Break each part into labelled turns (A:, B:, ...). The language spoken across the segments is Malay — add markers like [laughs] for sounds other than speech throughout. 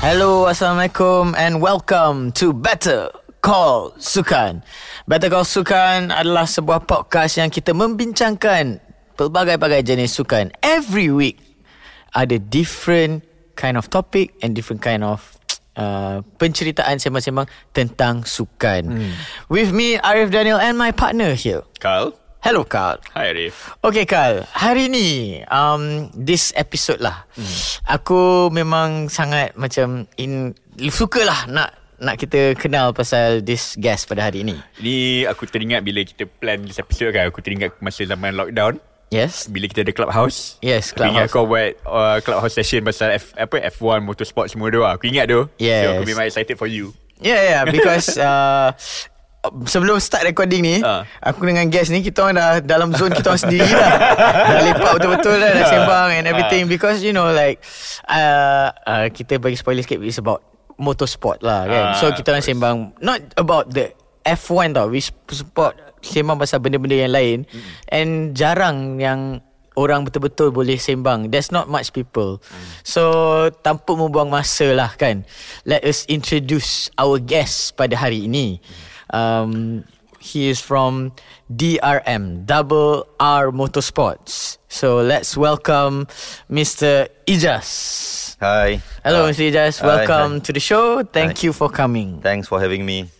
A: Hello, Assalamualaikum and welcome to Better Call Sukan. Better Call Sukan adalah sebuah podcast yang kita membincangkan pelbagai-bagai jenis sukan. Every week ada different kind of topic and different kind of uh, penceritaan sembang-sembang tentang sukan. Hmm. With me, Arif Daniel and my partner here.
B: Carl.
A: Hello, Carl.
B: Hi Arif.
A: Okay Kal Hari ni um, This episode lah hmm. Aku memang sangat macam in, Sukalah nak nak kita kenal pasal this guest pada hari ni
B: Ni aku teringat bila kita plan this episode kan Aku teringat masa zaman lockdown
A: Yes
B: Bila kita ada clubhouse
A: Yes,
B: Aku ingat
A: clubhouse.
B: kau buat uh, clubhouse session pasal F, apa F1 motorsport semua tu lah. Aku ingat tu
A: Yes.
B: So aku memang excited for you
A: Yeah yeah Because uh, Sebelum start recording ni uh.
B: Ah.
A: Aku dengan guest ni Kita orang dah Dalam zone kita orang sendiri lah Dah lepak betul-betul lah Dah sembang and everything Because you know like uh, uh, Kita bagi spoiler sikit It's about Motorsport lah kan
B: Ah,
A: So kita orang
B: of course.
A: sembang Not about the F1 tau We sp- support Sembang pasal benda-benda yang lain And jarang yang Orang betul-betul boleh sembang There's not much people So Tanpa membuang masa lah kan Let us introduce Our guest pada hari ini um, He is from DRM Double R Motorsports So let's welcome Mr. Ijaz
C: Hi.
A: Hello
C: Uh,
A: Mr. Ijaz
C: hi,
A: Welcome
C: hi.
A: to the show Thank you
C: Hi.
A: for coming
C: Thanks for having me.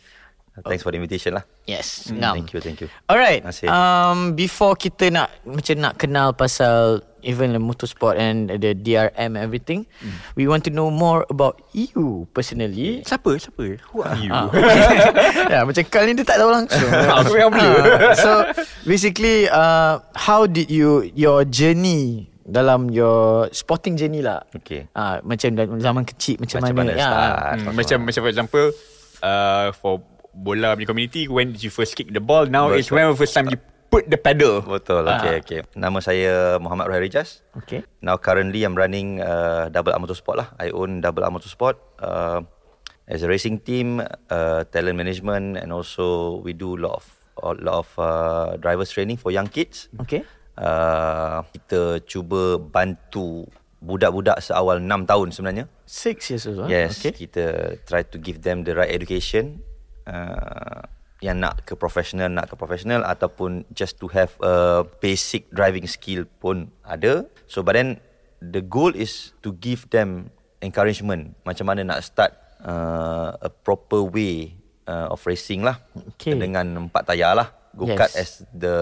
C: Thanks for the invitation lah.
A: Yes Oh. ngam.
C: Thank you, thank you.
A: Alright.
C: Nasib.
A: Um before kita nak macam nak kenal pasal even the motorsport and the DRM everything,
C: Hmm.
A: we want to know more about you personally.
C: [laughs]
B: Siapa? Siapa? Who are you?
A: [laughs] ya, macam Kal ni dia tak tahu langsung.
C: [laughs]
B: Aku memang blur.
A: Ah, so basically uh, how did you your journey dalam your sporting journey lah.
C: Okay.
A: Ah macam dalam zaman kecil macam,
C: Macam mana
A: Ya.
C: start?
B: Hmm, macam macam for example uh, For bola punya community When did you first kick the ball Now it's when
C: Betul.
B: the first time you put the pedal
C: Betul.
A: Ah.
C: Okay, okay. Nama saya Muhammad Ruhairi Jas.
A: Okay.
C: Now currently I'm running uh, Double R Motorsport lah. I own Double R Motorsport uh, as a racing team, uh, talent management and also we do a lot of a lot of uh, drivers training for young kids.
A: Okay.
C: Uh, kita cuba bantu budak-budak seawal 6 tahun sebenarnya.
A: Six years old. ah?
C: Yes,
A: Okay.
C: okay. kita try to give them the right education uh, yang nak ke professional, nak ke professional ataupun just to have a basic driving skill pun ada. So but then the goal is to give them encouragement macam mana nak start uh, a proper way uh, of racing lah
A: Okay.
C: dengan empat tayar lah. Go-kart
A: Yes.
C: yes. as the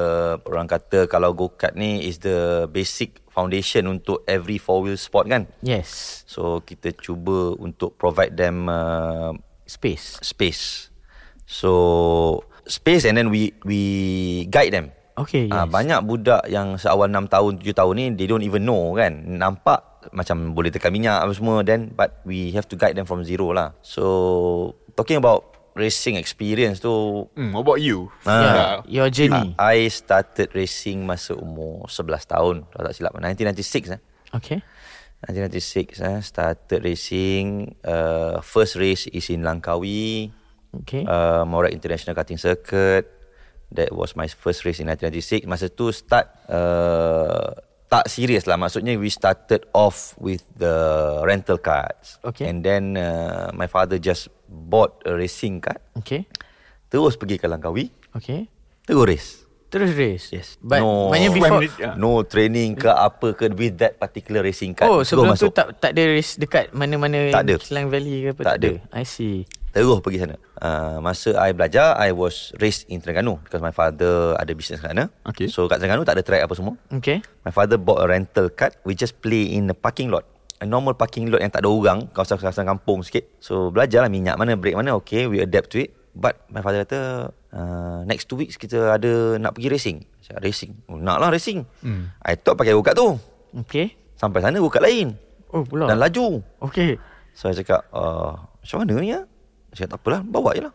C: orang kata kalau go-kart ni is the basic foundation untuk every four wheel sport kan.
A: Yes.
C: So kita cuba untuk provide them uh,
A: Space.
C: space. So space and then we we guide them.
A: Okay,
C: Ah,
A: yes.
C: banyak budak yang seawal 6 tahun, 7 tahun ni they don't even know kan. Nampak macam boleh tekan minyak apa semua then but we have to guide them from zero lah. So talking about racing experience tu
B: Hmm, what about you?
A: Yeah, your journey.
C: ah, I started racing masa umur 11 tahun kalau tak silap 1996 eh.
A: Okay.
C: 1996 eh, started racing. Uh, first race is in Langkawi,
A: Okay.
C: uh, Morak International Karting Circuit. That was my first race in 1996. Masa tu start uh, tak serius lah. Maksudnya we started off with the rental cars.
A: Okay.
C: And then uh, my father just bought a racing car.
A: Okay.
C: Terus pergi ke Langkawi.
A: Okay.
C: Terus race.
A: Terus race
C: Yes.
A: But
C: no,
A: Maknanya before
B: When did- yeah.
C: no training ke apa ke with that particular racing car.
A: Oh
C: Terus
A: sebelum tu
C: masuk.
A: tak tak ada race dekat Mana-mana
C: Tak ada.
A: Klang Valley ke apa
C: Tak ada.
A: I see
C: Terus pergi sana uh, Masa I belajar I was raised in Terengganu Because my father Ada bisnes kat sana
B: Okay.
C: So kat Terengganu Tak ada track apa semua
A: Okay
C: My father bought a rental car We just play in the parking lot A normal parking lot Yang tak ada orang Kawasan-kawasan kampung sikit So belajar lah Minyak mana Brake mana Okay we adapt to it But my father kata uh, Next two weeks Kita ada Nak pergi racing Saya racing oh, Nak lah racing mm. I thought pakai go-kart tu
A: Okay
C: Sampai sana go-kart lain
A: Oh pula
C: Dan laju
A: Okay
C: So saya cakap uh, Macam mana ni lah Saya cakap tak apalah Bawa je lah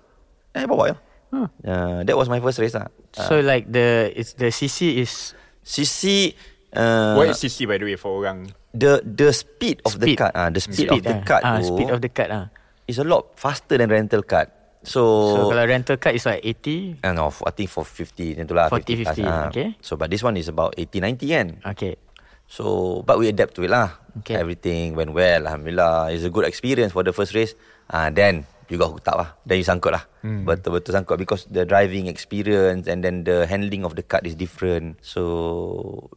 C: Eh bawa je lah
A: Hmm.
C: hmm. uh, That was my first race lah
A: So like the it's The CC is
C: CC uh,
B: What is CC by the way for orang?
C: The the speed of
A: Speed
C: speed. the card uh, The speed, speed of the
A: ah.
C: card
A: ah,
C: tu
A: Speed of the card ah.
C: Is a lot faster than rental card So,
A: So kalau rental card Is like 80
C: uh, no, I think for 50 Macam tu lah
A: 40, 50,
C: ah.
A: okay.
C: So but this one is about 80-90 kan
A: Okay
C: So but we adapt to it lah.
A: Okay.
C: Everything went well. Alhamdulillah. It's a good experience for the first race. Ah uh, then you got hooked up lah. Then you sangkut lah. Mm. Betul-betul sangkut because the driving experience and then the handling of the cart is different. So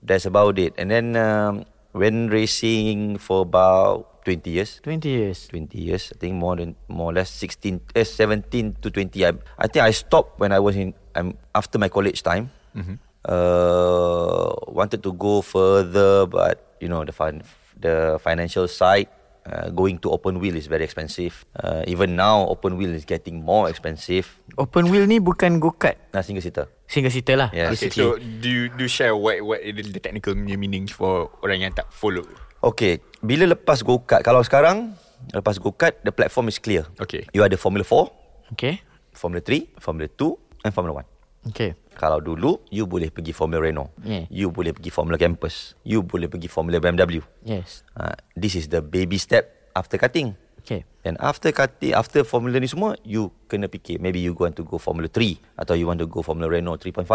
C: that's about it. And then um, when racing for about 20 years,
A: 20 years.
C: 20 years. I think more than more or less 16, eh, 17 to 20. I, I think I stopped when I was in I'm after my college time. Mm-hmm. Uh, wanted to go further, but you know the fin- the financial side. Uh, going to open wheel is very expensive. Uh, even now, open wheel is getting more expensive.
A: Open wheel ni bukan go-kart.
C: Nah, single seater.
A: Single seater lah.
C: Yeah.
B: Okay,
A: Basically.
B: so do you, do you share what what is the technical punya meaning for orang yang tak follow?
C: Okay, bila lepas go-kart, kalau sekarang lepas go-kart, the platform is clear.
B: Okay.
C: You ada Formula 4,
A: Okay.
C: Formula 3, Formula 2 and Formula 1.
A: Okay.
C: Kalau dulu You boleh pergi Formula Renault
A: Yeah.
C: You boleh pergi Formula Campus You boleh pergi Formula BMW
A: Yes.
C: uh, This is the baby step After cutting
A: Okay.
C: And after cutting After Formula ni semua You kena fikir Maybe you want to go Formula 3 Atau you want to go Formula Renault 3.5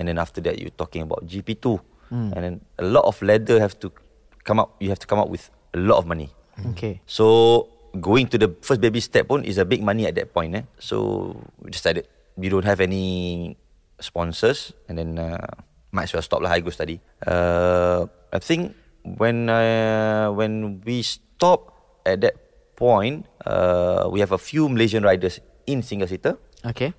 C: And then after that You talking about GP2
A: Hmm.
C: And then A lot of ladder have to Come up You have to come up with A lot of money
A: Okay.
C: So going to the first baby step pun is a big money at that point. Eh? So we decided we don't have any sponsors and then uh, might as well stop lah. I go study. Uh, I think when uh, when we stop at that point, uh, we have a few Malaysian riders in single seater.
A: Okay.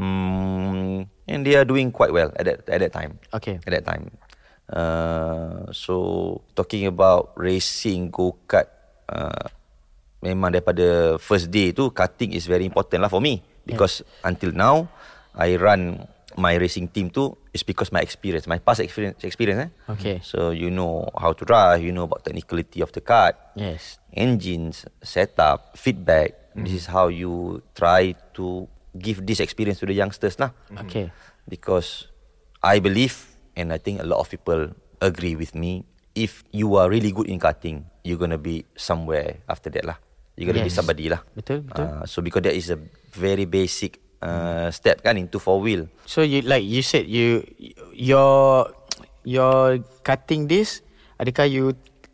C: Mm, and they are doing quite well at that at that time.
A: Okay.
C: At that time. Uh, so talking about racing go kart, uh, memang daripada first day tu karting is very important lah for me because until now I run my racing team tu is because my experience, my past experience experience eh.
A: Okay.
C: So you know how to drive, you know about technicality of the kart
A: Yes.
C: engines, setup, feedback. This is how you try to give this experience to the youngsters lah.
A: Okay.
C: Because I believe, and I think a lot of people agree with me, if you are really good in karting, you're gonna be somewhere after that lah. You're gonna be
A: Yes.
C: somebody lah.
A: Betul, betul.
C: Uh, so because that is a very basic uh, step kan into four wheel.
A: So you like you said you your your cutting this adakah you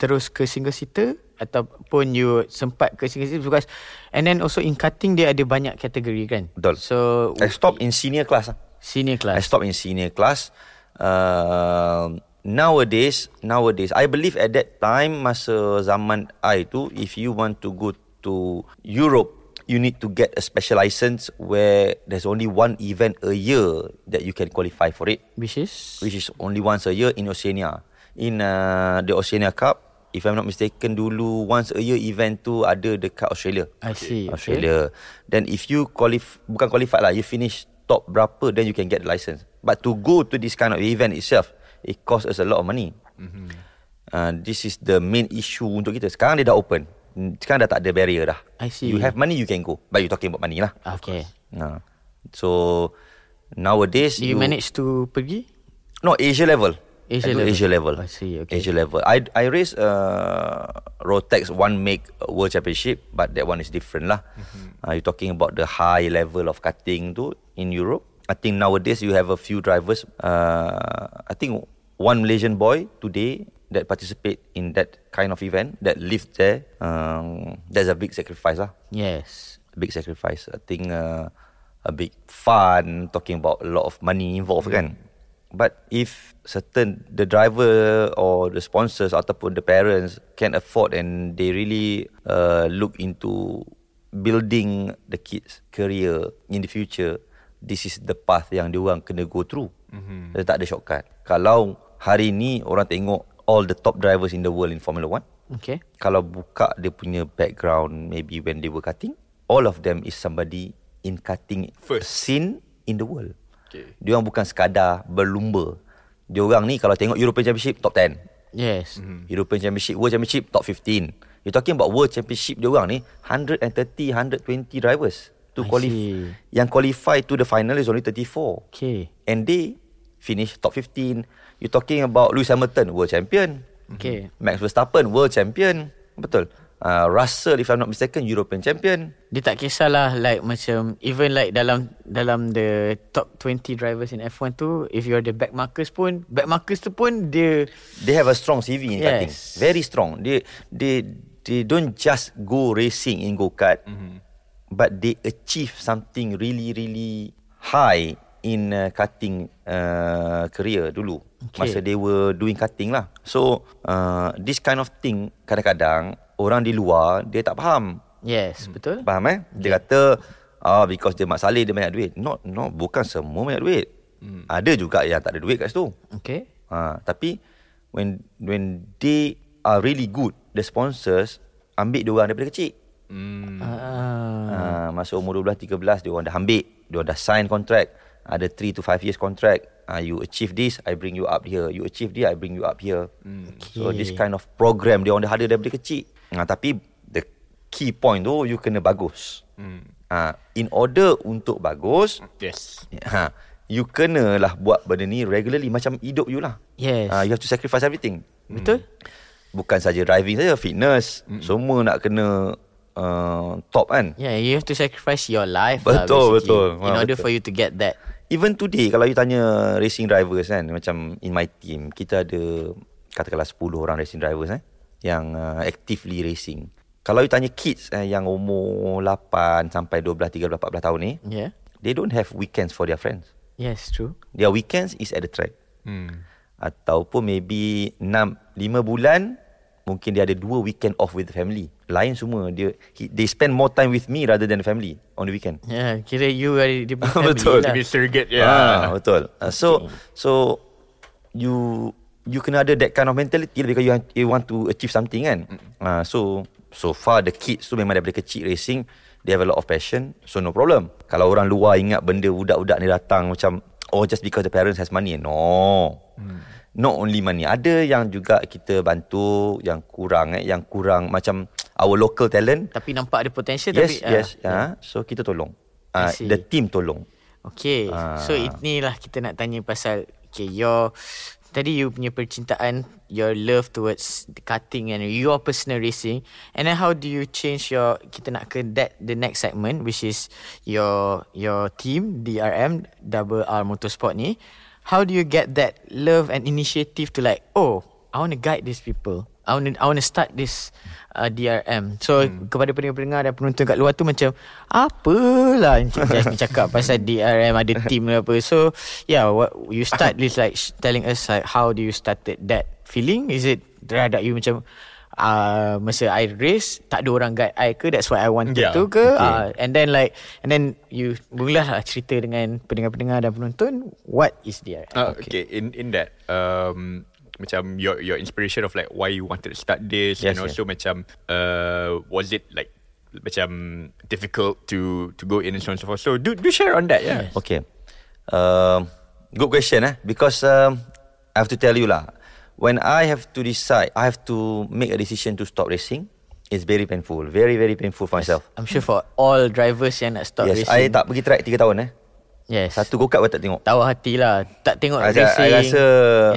A: terus ke single seater ataupun you sempat ke single seater because and then also in cutting dia ada banyak kategori kan.
C: Betul.
A: So
C: I stop in senior class lah.
A: senior
C: I
A: class.
C: stopped in senior class. Uh, nowadays, nowadays, I believe at that time masa zaman I tu, if you want to go to Europe, you need to get a special license where there's only one event a year that you can qualify for it,
A: Which is
C: which is only once a year in Oceania. In uh, the Oceania Cup, if I'm not mistaken, dulu once a year event tu ada dekat Australia.
A: I see. okay.
C: Australia. Then if you qualify, bukan qualified lah, you finish top berapa, then you can get the license. But to go to this kind of event itself, it costs us a lot of money. Mm-hmm. Uh, this is the main issue untuk kita. Sekarang dia dah open. Mm, Sekarang dah tak ada barrier dah.
A: I see.
C: You have money, you can go. But you talking about money lah.
A: Okay.
C: Uh, so, nowadays...
A: You, you manage to pergi?
C: No, Asia level.
A: Asia
C: I do
A: level.
C: Asia level.
A: I see, okay.
C: Asia level. I I race uh, Rotex one make world championship, but that one is different lah. Mm-hmm. Uh, you're talking about the high level of cutting tu in Europe. I think nowadays you have a few drivers. Uh, I think one Malaysian boy today that participate in that kind of event that live there. Um, that's a big sacrifice lah
A: Yes.
C: big sacrifice. I think uh, a big fun talking about a lot of money involved kan. But if certain the driver or the sponsors ataupun the parents can afford and they really uh, look into building the kids career in the future, this is the path yang diorang kena go through. Mm-hmm. Dia tak ada shortcut. Kalau hari ni orang tengok all the top drivers in the world in Formula 1,
A: Okay.
C: kalau buka dia punya background maybe when they were cutting all of them is somebody in cutting
B: First.
C: scene in the world
B: Okay.
C: dia orang bukan sekadar berlumba dia orang ni kalau tengok European Championship top 10
A: Yes.
C: hmm. European Championship World Championship top 15 you talking about World Championship dia orang ni 130 120 drivers
A: I
C: to
A: see.
C: qualify yang qualify to the final is only 34
A: Okay.
C: and they finish top 15 you talking about Lewis Hamilton world champion
A: Okay.
C: Max Verstappen world champion. Betul. uh, Russell if I'm not mistaken European champion
A: Dia tak kisahlah like macam even like dalam dalam the top 20 drivers in F1 tu if you're the backmarkers pun backmarkers tu pun dia
C: they have a strong CV
A: Yes.
C: in karting. Very strong. They they they don't just go racing in go-kart. Mm-hmm. But they achieve something really really high in uh, karting uh, career dulu.
A: Okay.
C: Okay. Masa they were doing karting lah. So uh, this kind of thing kadang-kadang orang di luar dia tak faham.
A: yes betul
C: Faham eh? Dia kata ah because dia Mat Saleh dia banyak duit. Not no bukan semua banyak duit. Hmm. Ada juga yang tak ada duit kat situ.
A: okay
C: Ha, tapi when when they are really good, the sponsors ambil dia orang daripada kecil.
B: Hmm.
A: ah
C: Ha, masa umur 12 13 dia orang dah ambil, dia orang dah sign contract, ada 3 to 5 years contract. Ha, you achieve this, I bring you up here. You achieve this, I bring you up here. Mm. So
A: Okay.
C: this kind of program dia orang dah ada daripada kecil. Ha, tapi the key point tu you kena bagus. Mm. Ha, in order untuk bagus,
B: Yes.
C: ha, you kena lah buat benda ni regularly macam hidup you lah.
A: Yes. Hmm.
C: Ha, you have to sacrifice everything. Hmm.
A: betul Hmm.
C: Bukan saja driving saja, fitness. Semua nak kena uh, top kan.
A: yeah you have to sacrifice your life
C: Betul,
A: lah, basically,
C: betul.
A: in
C: Ah,
A: order
C: betul.
A: for you to get that
C: Even today kalau you tanya racing drivers kan macam in my team kita ada katakanlah 10 orang racing drivers eh yang uh, actively racing. Kalau you tanya kids eh, yang umur 8 sampai 12 13 14 tahun ni,
A: yeah
C: they don't have weekends for their friends.
A: yes true
C: Their weekends is at the track.
B: Hmm.
C: Ataupun maybe 6, 5 bulan Mungkin dia ada dua weekend off with the family Lain semua dia he, They spend more time with me rather than the family On the weekend
A: yeah kira you are dia punya family
C: [laughs] Betul,
A: lah.
B: Dia punya surrogate ya.
C: Ah, Betul Ah, So So You You kena ada that kind of mentality lah Because you, want- you want to achieve something kan Ah, So So far the kids tu memang daripada kecil racing They have a lot of passion So no problem Kalau orang luar ingat benda budak-budak ni datang Macam Oh just because the parents has money No Not only money Ada yang juga kita bantu Yang kurang eh Yang kurang Macam Our local talent
A: tapi nampak ada potential
C: Yes
A: tapi ah,
C: yes ah, So kita tolong Ah,
A: I see.
C: The team tolong
A: Okay
C: Ah.
A: uh. So inilah kita nak tanya pasal Okay your Tadi you punya percintaan Your love towards the Karting and your personal racing And then how do you change your Kita nak ke that The next segment Which is Your Your team DRM Double R Motorsport ni How do you get that Love and initiative to like Oh I want to guide these people. I want to, I want to start this uh, DRM. So hmm. kepada pendengar-pendengar dan penonton kat luar tu macam apalah Encik Jasmine cakap pasal DRM ada team dan apa. So yeah, what you start this like sh- telling us like how do you started that feeling? Is it terhadap you macam Uh, masa I race Tak ada orang guide I ke That's why I wanted
B: Yeah.
A: to ke okay. uh, And then like And then you Mulalah lah cerita dengan Pendengar-pendengar dan penonton What is DRM
C: Ah.
B: Uh, okay. in in that um macam your your inspiration of like why you wanted to start this
C: Yes,
B: and
C: yes.
B: also macam uh was it like macam difficult to to go in and so on and so forth. So do do share on that, yeah.
C: Okay. Um, good question eh because um, I have to tell you lah when I have to decide I have to make a decision to stop racing it's very painful very very painful for myself.
A: I'm sure for all drivers Yang nak start
C: Yes, I
A: racing
C: tak pergi track 3 tahun eh.
A: Yes.
C: Satu go-kart pun tak tengok.
A: tawar hati lah. Tak tengok
C: I,
A: racing.
C: I rasa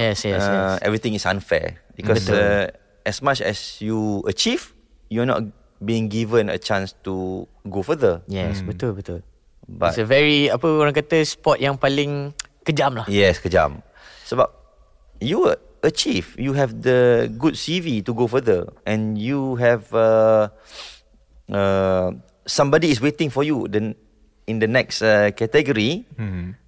A: yes, yes,
C: uh,
A: yes.
C: everything is unfair because uh, as much as you achieve you're not being given a chance to go further.
A: Yes, betul betul.
C: hmm. But-
A: It's a very apa orang kata sport yang paling kejam lah.
C: Yes, kejam. Sebab you achieve, you have the good CV to go further and you have uh, uh, somebody is waiting for you then in the next uh, category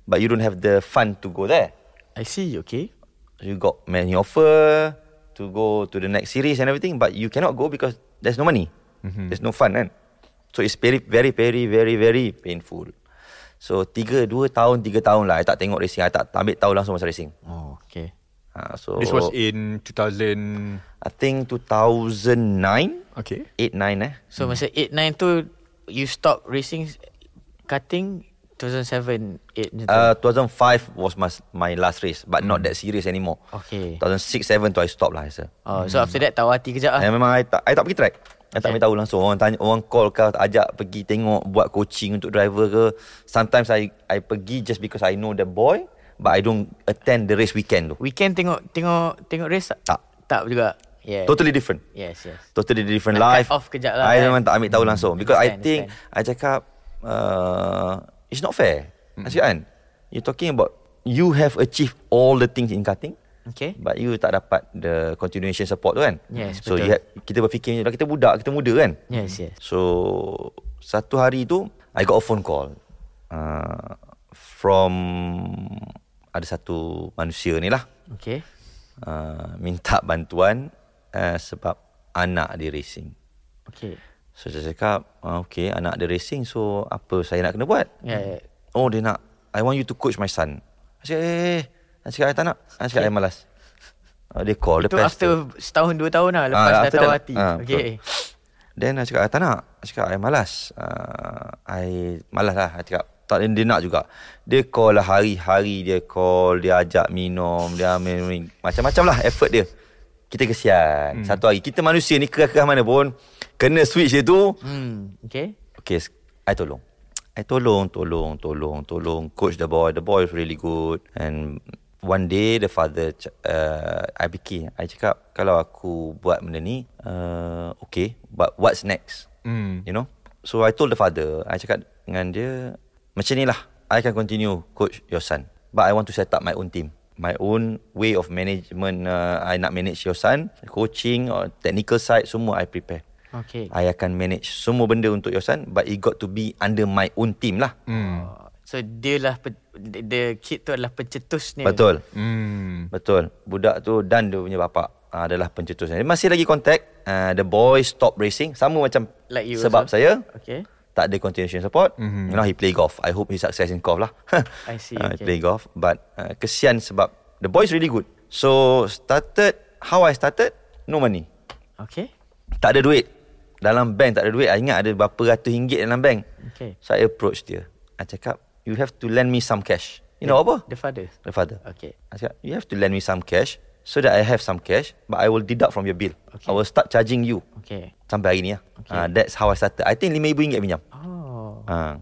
C: but you don't have the fund to go there.
A: I see, okay.
C: You got many offer to go to the next series and everything but you cannot go because there's no money. There's no fund kan. So it's very very very very very painful. So tiga dua tahun tiga tahun lah I tak tengok racing I tak ambil tahu langsung masa racing.
A: Oh, okay.
C: Ha, so
B: This was in 2000
C: I think 2009
B: Okay.
C: 8 9 eh.
A: So masa 8 9 tu you stop racing cutting 2007 8 macam tu.
C: Uh, 2005 was my, my last race but not that serious anymore.
A: Okay.
C: 2006 7 tu I stop lah I rasa.
A: Oh, so after that tawar hati kejap lah.
C: I memang I tak I tak pergi track. I tak
A: Okay.
C: okay. tahu langsung orang tanya orang call ke ajak pergi tengok buat coaching untuk driver ke. Sometimes I I pergi just because I know the boy but I don't attend the race weekend tu.
A: Weekend tengok tengok tengok race tak?
C: Tak.
A: Tak juga. Yeah.
C: Totally different.
A: Yes, yes.
C: Totally different
A: Nak
C: life.
A: cut off kejap lah,
C: I
A: kan?
C: memang tak ambil tahu langsung because I
A: Understand,
C: think I cakap uh, it's not fair.
A: Hmm.
C: Asyik kan? You talking about you have achieved all the things in cutting.
A: Okay.
C: But you tak dapat the continuation support tu kan?
A: Yes,
C: So
A: betul.
C: you have, kita berfikir kita budak, kita muda kan?
A: Yes, yes.
C: So satu hari tu I got a phone call uh, from ada satu manusia ni lah
A: Okay.
C: uh, minta bantuan uh, sebab anak dia racing.
A: Okay.
C: So saya cakap, uh, okay anak dia racing so apa saya nak kena buat?
A: Yeah, yeah.
C: Oh dia nak, I want you to coach my son. Saya cakap, eh, eh, eh. Saya cakap, I tak nak. Saya cakap, I malas. Uh, dia call.
A: Itu after setahun dua tahun lah lepas
C: Ah,
A: dah
C: after
A: tahu
C: that-
A: hati.
C: ah,
A: okay.
C: Then I cakap, I tak nak. I cakap, I malas. Uh, I malas lah. I cakap, tak, dia nak juga. Dia call lah hari-hari dia call. Dia ajak minum. Dia minum. Macam-macam lah effort dia. Kita kesian. Hmm. Satu hari. Kita manusia ni kerah-kerah mana pun. Kena switch dia tu.
A: Hmm, okay.
C: Okay, s- I tolong. I tolong, tolong, tolong, tolong. Coach the boy. The boy is really good. And one day the father, c- uh, I fikir. I cakap, kalau aku buat benda ni, uh, okay. But what's next?
B: Mm.
C: You know? So I told the father, I cakap dengan dia, macam ni lah, I can continue coach your son. But I want to set up my own team. My own way of management, uh, I nak manage your son, coaching or technical side, semua I prepare.
A: Okay.
C: I akan manage semua benda untuk your son but it got to be under my own team lah.
A: Hmm.
B: Mm.
A: Oh, So dia lah pe- the, the kid tu adalah pencetusnya.
C: Betul. Hmm.
B: Mm.
C: Betul. Budak tu dan dia punya bapa uh, adalah pencetusnya. Dia masih lagi kontak. Uh, the boy stop racing sama macam
A: Like you
C: sebab
A: also.
C: saya
A: Okay.
C: tak ada continuation support. Mm-hmm. You know he play golf. I hope he success in golf lah. [laughs]
A: I see,
C: Uh,
A: okay.
C: Play golf but uh, kesian sebab the boy is really good. So started how I started no money.
A: Okay.
C: Tak ada duit. Dalam bank tak ada duit. I ingat ada berapa ratus ringgit dalam bank.
A: Okay.
C: So I approach dia. I cakap, you have to lend me some cash. You know apa?
A: The father.
C: The father.
A: Okay.
C: I cakap, you have to lend me some cash so that I have some cash but I will deduct from your bill.
A: Okay.
C: I will start charging you.
A: Okay.
C: Sampai hari ni lah. Okay. Uh, that's how I started. I think RM5,000 pinjam.
A: Oh.
C: Ha.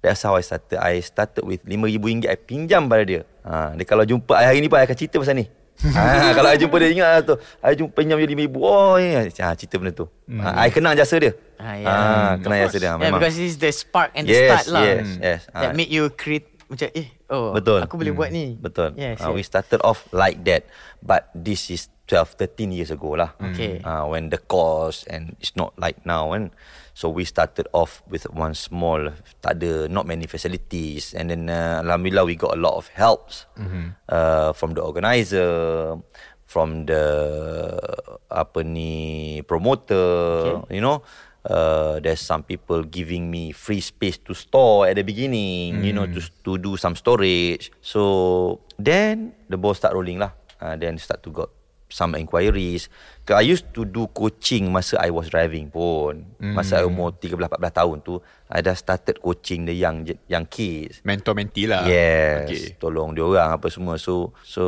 C: That's how I started. I started with RM5,000 I pinjam pada dia. Ha. Dia kalau jumpa I hari ni pun I akan cerita pasal ni. ha, [laughs] kalau I jumpa dia ingat lah tu. I jumpa pinjam dia RM5,000. Oh, ya. ha, cerita benda tu. Ha, I kenang jasa dia.
A: Hmm. Ah, ya.
C: ha, kenang
B: Of
C: jasa dia.
A: Yeah,
C: Memang.
A: because this is the spark and the
C: Yes,
A: start lah.
C: yes, yes.
A: That
C: Ah.
A: make you create macam eh oh
C: Betul. Hmm.
A: aku boleh buat ni.
C: Betul.
A: Yes.
C: Uh, we
A: yes.
C: started off like that. But this is 12, 13 years ago lah.
A: Okay.
C: Uh, when the cost and it's not like now kan. So we started off with one small, tak ada, not many facilities. And then uh, Alhamdulillah we got a lot of helps uh, from the organizer, from the apa ni promoter, okay. you know. Uh, there's some people giving me free space to store at the beginning, you know, to to do some storage. So then the ball start rolling lah. Uh, then start to got some inquiries. 'Cause I used to do coaching masa I was driving pun. Masa I umur 13-14 tahun tu, I dah started coaching the young young kids.
B: Mentor mentee lah.
C: Yes,
B: Okay.
C: okay. tolong dia orang apa semua. So so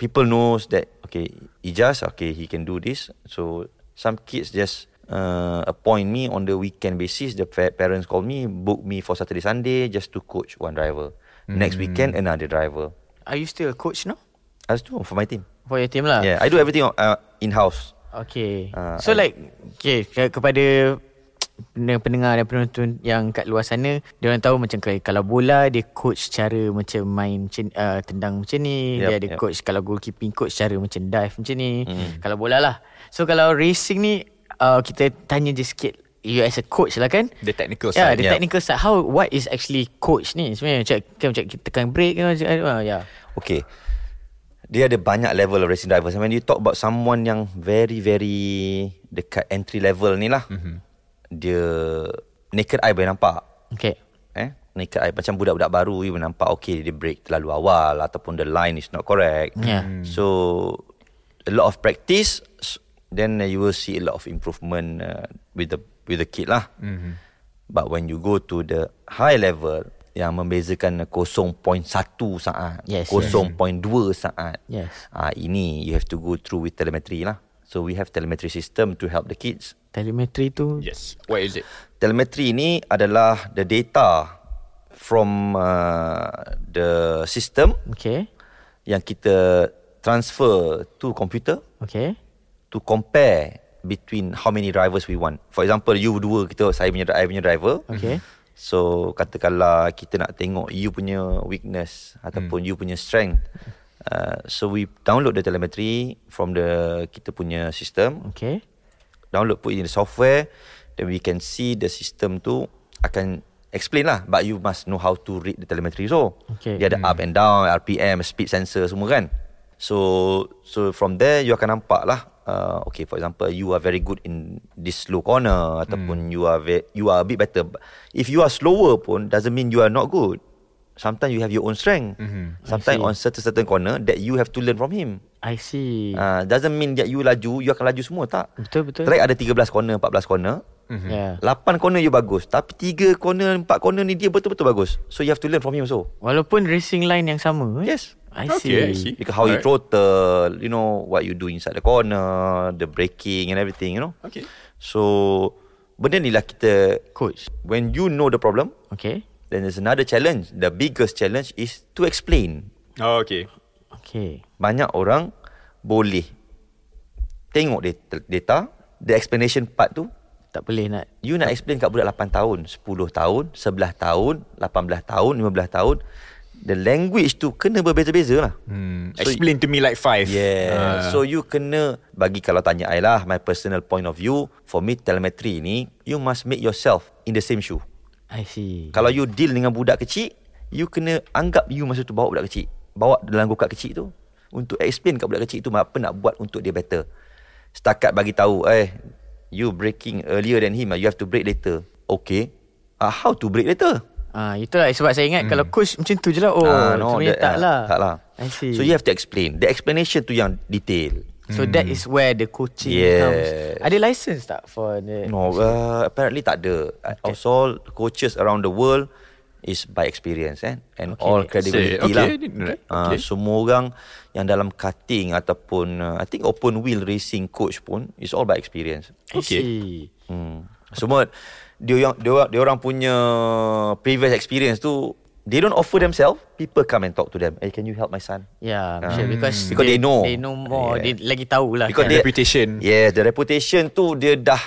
C: people knows that okay, Ijaz okay he can do this. So some kids just uh, appoint me on the weekend basis. The pa- parents call me, book me for Saturday Sunday just to coach one driver. Next weekend another driver.
A: Are you still a coach now?
C: I was doing for my team.
A: For your team lah.
C: Yeah, I do everything uh, in house.
A: Okay.
C: Ah,
A: so
C: I-
A: like okay ke- kepada pen- pendengar dan penonton yang kat luar sana, dia orang tahu macam ke- kalau bola dia coach cara macam main macam uh, tendang macam ni,
C: Yup,
A: dia ada
C: yup. Hmm.
A: coach kalau goalkeeping coach cara macam dive macam ni. Kalau bola lah. So kalau racing ni uh, kita tanya je sikit you as a coach lah kan.
B: The technical
A: yeah,
B: side.
A: the
C: yeah.
A: technical side. How what is actually coach ni? Sebenarnya macam kan macam kita tekan break ke macam ah, yeah.
C: Okay. Dia ada banyak level of racing drivers. When you talk about someone yang very very dekat entry level ni lah. Mm-hmm. Dia naked eye boleh nampak.
A: Okay.
C: Eh? Naked eye macam budak-budak baru you boleh nampak okay dia break terlalu awal ataupun the line is not correct.
A: Yeah.
C: So a lot of practice s- then uh, you will see a lot of improvement uh, with the with the kid lah. Mm-hmm. But when you go to the high level yang membezakan uh, 0.1 saat, ah,
A: Yes,
C: 0.2 saat.
A: Yes.
C: Ah ini you have to go through with telemetry lah. So we have telemetry system to help the kids.
A: Telemetry tu
B: Yes. What is it?
C: Telemetry ni adalah the data from uh, the system
A: Okay.
C: yang kita transfer to komputer
A: Okay.
C: to compare between how many drivers we want. For example, you dua kita saya punya I punya driver.
A: Okay.
C: So katakanlah kita nak tengok you punya weakness ataupun you punya strength. Uh, so we download the telemetry from the kita punya system.
A: Okay.
C: Download put in the software then we can see the system tu akan explain lah but you must know how to read the telemetry so.
A: Okay.
C: Dia ada up and down, RPM, speed sensor semua kan. So so from there you akan nampak lah uh, okay for example you are very good in this slow corner ataupun
A: Hmm.
C: you are ve- you are a bit better. But If you are slower pun doesn't mean you are not good. Sometimes you have your own strength. Mm-hmm. Sometimes
A: see.
C: on certain certain corner that you have to learn from him.
A: I see. Uh,
C: Uh, doesn't mean that you laju, you akan laju semua tak.
A: Betul, betul.
C: Track ada 13 corner, 14 corner.
A: yeah.
C: 8 corner you bagus Tapi 3 corner 4 corner ni Dia betul-betul bagus So you have to learn from him also
A: Walaupun racing line yang sama. eh?
C: Yes.
A: I see.
B: Okay, I see.
C: Because how
B: Alright.
C: you throttle You know What you do inside the corner The braking and everything You know
B: Okay.
C: So Benda ni lah kita
A: Coach.
C: When you know the problem
A: Okay.
C: Then there's another challenge The biggest challenge is To explain
B: Oh, okay.
A: Okay.
C: Banyak orang Boleh Tengok data, data The explanation part tu
A: Tak boleh nak.
C: You nak explain kat budak 8 tahun 10 tahun 11 tahun 18 tahun 15 tahun The language tu Kena berbeza-beza lah
B: Hmm.
C: So-
B: Explain to me like five. Ah.
C: Yeah So you kena Bagi kalau tanya I lah My personal point of view For me telemetry ni You must make yourself In the same shoe
A: I see.
C: Kalau you deal dengan budak kecil You kena anggap you masa tu Bawa budak kecil Bawa dalam go-kart kecil tu Untuk explain kat budak kecil tu Apa nak buat untuk dia better Setakat bagi tahu Eh You breaking earlier than him You have to break later Okay uh, How to break later
A: Ah, itulah sebab saya ingat kalau coach macam tu je lah. Oh,
C: Hmm. Ah,
A: sebenarnya
C: that-
A: tak
C: ah,
A: lah.
C: Tak lah
A: I see.
C: So you have to explain The explanation tu yang detail
A: So that is where the coaching
C: Hmm. Yes.
A: comes. Ada license tak for the
C: No uh, Apparently tak ada okay. Also coaches around the world Is by experience eh? And
A: Okay.
C: all credibility
B: Okay,
C: lah
B: I didn't know that.
C: Ah,
B: Okay.
C: Semua orang Yang dalam karting Ataupun uh, I think open wheel racing coach pun Is all by experience
A: I
B: Okay.
A: see.
C: hmm. Semua dia, yang, dia, orang- dia orang punya Previous experience tu They don't offer themselves People come and talk to them Hey can you help my son
A: Yeah,
C: Ah.
A: sure, because,
C: Because they know.
A: They know more.
C: Yeah.
A: They lagi tahu lah.
C: Because
A: Kan?
B: Yeah,
C: they,
B: reputation.
C: Yeah, the reputation tu dia dah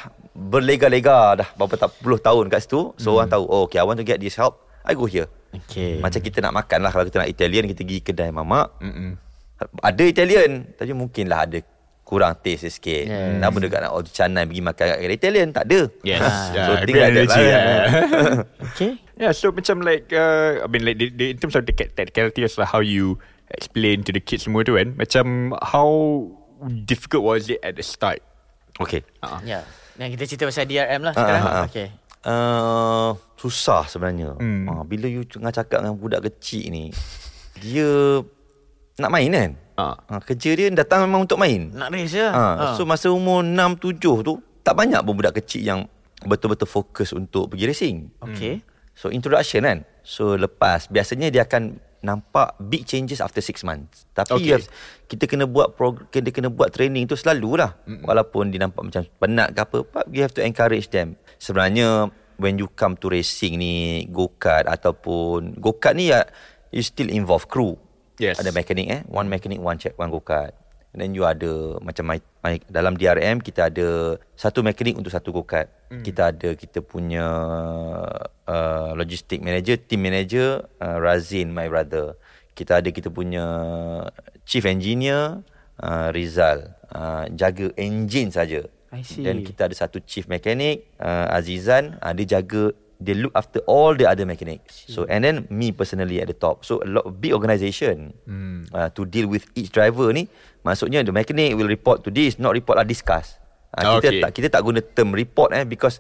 C: berlega-lega dah berapa tak puluh tahun kat situ. So orang tahu, oh okay, I want to get this help. I go here.
A: Okay.
C: Macam kita nak makan lah kalau kita nak Italian kita pergi kedai mamak. Mm-mm. Ada Italian tapi mungkinlah ada kurang taste
A: Yes.
C: sikit. Yes. Nak benda kat nak oh, canai pergi makan kat kedai Italian tak ada. Ha,
B: Yes.
C: so
B: Ah,
C: tinggal
B: agree
C: ada
B: analogy, yeah.
A: Okay.
B: [laughs] Yeah, so macam like uh, I mean like the, the, in terms of the cat- technicality as to how you explain to the kids semua tu kan Macam how difficult was it at the start?
C: Okay.
A: Yeah. Yang kita cerita pasal DRM lah sekarang.
C: Ah, ah, ah.
A: Okay.
C: Uh, susah sebenarnya. Hmm. Uh, bila you tengah cakap dengan budak kecil ni, dia nak main kan?
B: Ah.
C: Uh, kerja dia datang memang untuk main.
A: Nak race je. Ah,
C: Ha, so masa umur 6 7 tu tak banyak pun budak kecil yang betul-betul fokus untuk pergi racing. Hmm.
A: okay.
C: So introduction kan. So lepas biasanya dia akan nampak big changes after 6 months. Tapi okay.
B: Okay.
C: you have, kita kena buat prog- kita kena buat training tu selalulah. Mm-hmm. Walaupun dia nampak macam penat ke apa, but you have to encourage them. Sebenarnya when you come to racing ni go-kart ataupun go-kart ni ya you still involve crew.
B: Yes.
C: Ada mekanik eh. One mechanic, one check, one go-kart. And then you ada macam my, my, dalam DRM kita ada satu mekanik untuk satu go-kart.
A: Hmm.
C: Kita ada kita punya uh, logistic manager, team manager, uh, Razin my brother. Kita ada kita punya chief engineer uh, Rizal. Uh, jaga engine saja.
A: I see.
C: Dan kita ada satu chief mechanic uh, Azizan, uh, dia jaga they look after all the other mechanics. So and then me personally at the top. So a lot big organisation mm. uh, to deal with each driver ni. Maksudnya the mechanic will report to this, not report lah discuss. Uh, kita
B: Okay.
C: tak kita tak guna term report eh because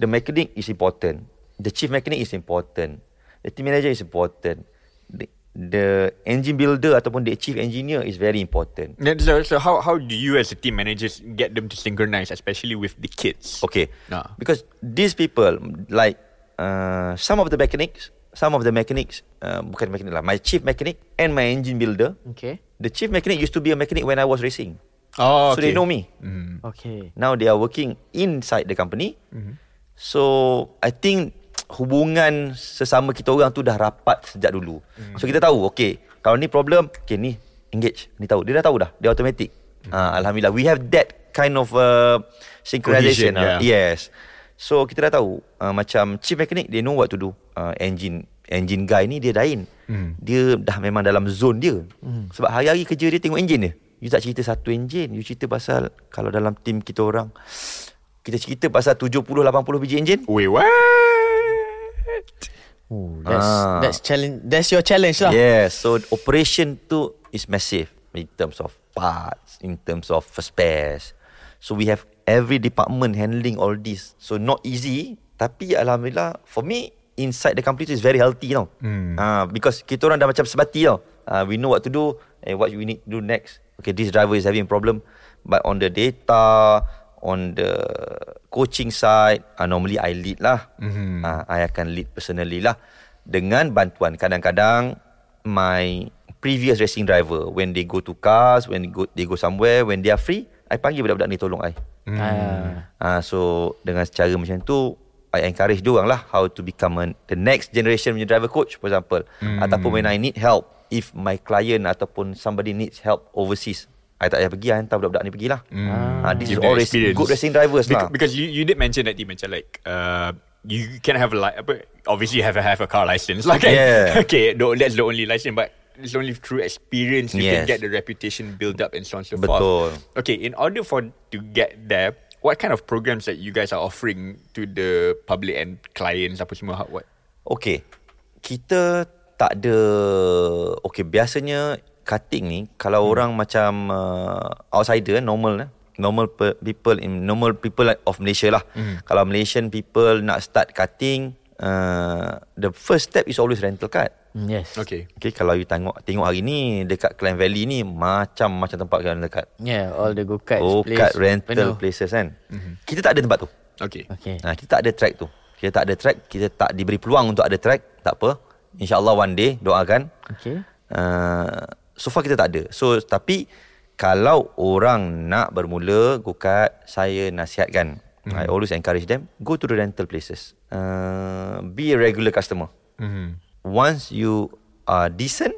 C: the mechanic is important. The chief mechanic is important. The team manager is important. The, the engine builder ataupun the chief engineer is very important.
B: Then So, so how how do you as a team managers get them to synchronize especially with the kids?
C: Okay.
B: Ah.
C: Because these people, like uh, some of the mechanics, some of the mechanics, uh, bukan mechanic lah, my chief mechanic and my engine builder.
A: Okay.
C: The chief mechanic used to be a mechanic when I was racing.
B: Oh,
C: So they know me.
B: Mm.
A: Okay.
C: Now they are working inside the company. So I think hubungan sesama kita orang tu dah rapat sejak dulu. So kita tahu, okay, kalau ni problem, okay ni engage. Ni tahu. Dia dah tahu dah. Dia automatic. Ah, Alhamdulillah, we have that that kind of uh, synchronization.
B: Cohesion, yeah.
C: ah. Yes. So kita dah tahu uh, macam chief mechanic they know what to do. Uh, engine engine guy ni dia lain.
B: Hmm.
C: Mm. Dia dah memang dalam zone dia. Mm. Sebab hari-hari kerja dia tengok engine dia. You tak cerita satu engine, you cerita pasal kalau dalam team kita orang kita cerita pasal 70 80 biji engine.
B: Wait, what?
A: Ooh, that's
C: Ah.
A: that's challenge. That's your challenge lah.
C: Yes, so operation tu is massive in terms of parts, in terms of spares. So we have every department handling all this. So not easy, tapi alhamdulillah for me inside the company tu is very healthy tau. Hmm. Uh, because kita orang dah macam sebati tau. Uh, we know what to do and what we need to do next. Okay, this driver is having problem, but on the data, on the coaching side, uh, normally I lead lah. Mm-hmm. Uh, I akan lead personally lah. Dengan bantuan kadang-kadang my previous racing driver when they go to cars, when they go they go somewhere, when they are free, I panggil budak-budak ni tolong I.
A: Mm. Uh,
C: Ah uh, so dengan cara macam tu I encourage dia orang lah how to become an, the next generation punya driver coach for example
B: Hmm.
C: mm. ataupun when I need help if my client ataupun somebody needs help overseas I tak payah pergi I hantar budak-budak ni pergilah mm. uh, this
B: Hmm. Give
C: is
B: them
C: always
B: experience.
C: good racing drivers
B: Bec-
C: lah
B: Because you, you did mention that macam like uh, you can have a li- apa- obviously you have a have a car license [laughs] like
C: Yeah.
B: okay no, that's the only license but it's only through experience you can
C: Yes.
B: get the reputation build up and so on and so
C: Betul.
B: forth. Okay, in order for to get there, what kind of programs that you guys are offering to the public and clients apa semua? How- What?
C: Okay Kita tak ada Okay biasanya Cutting ni Kalau hmm. orang macam uh, Outsider eh, Normal eh, Normal pe- people in Normal people like of Malaysia lah hmm. Kalau Malaysian people Nak start cutting uh, The first step is always rental cut
A: yes.
B: Okay.
C: Mm. Okay kalau you tengok Tengok hari ni Dekat Klang Valley ni Macam-macam tempat kan rental cut
A: Yeah, all the go kart.
C: Oh cut rental places kan hmm. Kita tak ada tempat tu
B: Okay.
A: Okay.
C: Ha, kita tak ada track tu. Kita tak ada track, kita tak diberi peluang untuk ada track, tak apa. InsyaAllah one day, doakan.
A: Okay.
C: Uh, so far kita tak ada. So, tapi kalau orang nak bermula go-kart, saya nasihatkan. Mm. I always encourage them, go to the rental places. Uh, be a regular customer.
B: Mm-hmm.
C: Once you are decent,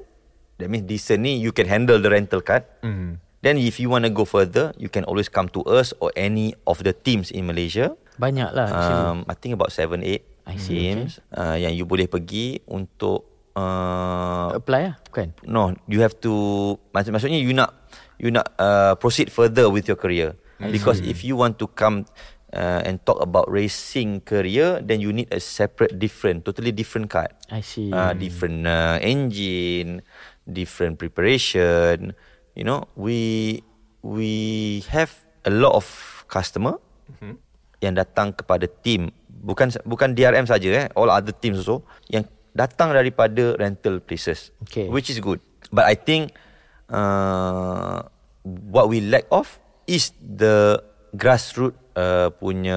C: that means decent ni you can handle the rental card.
B: Mm.
C: Then if you want to go further, you can always come to us or any of the teams in Malaysia
A: Banyak lah. actually.
C: um, I think about 7 8
A: I see,
C: teams uh, yang you boleh pergi untuk uh,
A: Apply lah, bukan?
C: no you have to maksud, maksudnya you nak you nak uh, proceed further with your career because if you want to come uh, and talk about racing career then you need a separate different totally different card
A: I see.
C: uh, different uh, engine, different preparation. You know, we we have a lot of customer mm-hmm. yang datang kepada team bukan bukan DRM saja eh, all other teams also yang datang daripada rental places,
A: Okay.
C: which is good. But I think uh, what we lack of is the grassroots uh, punya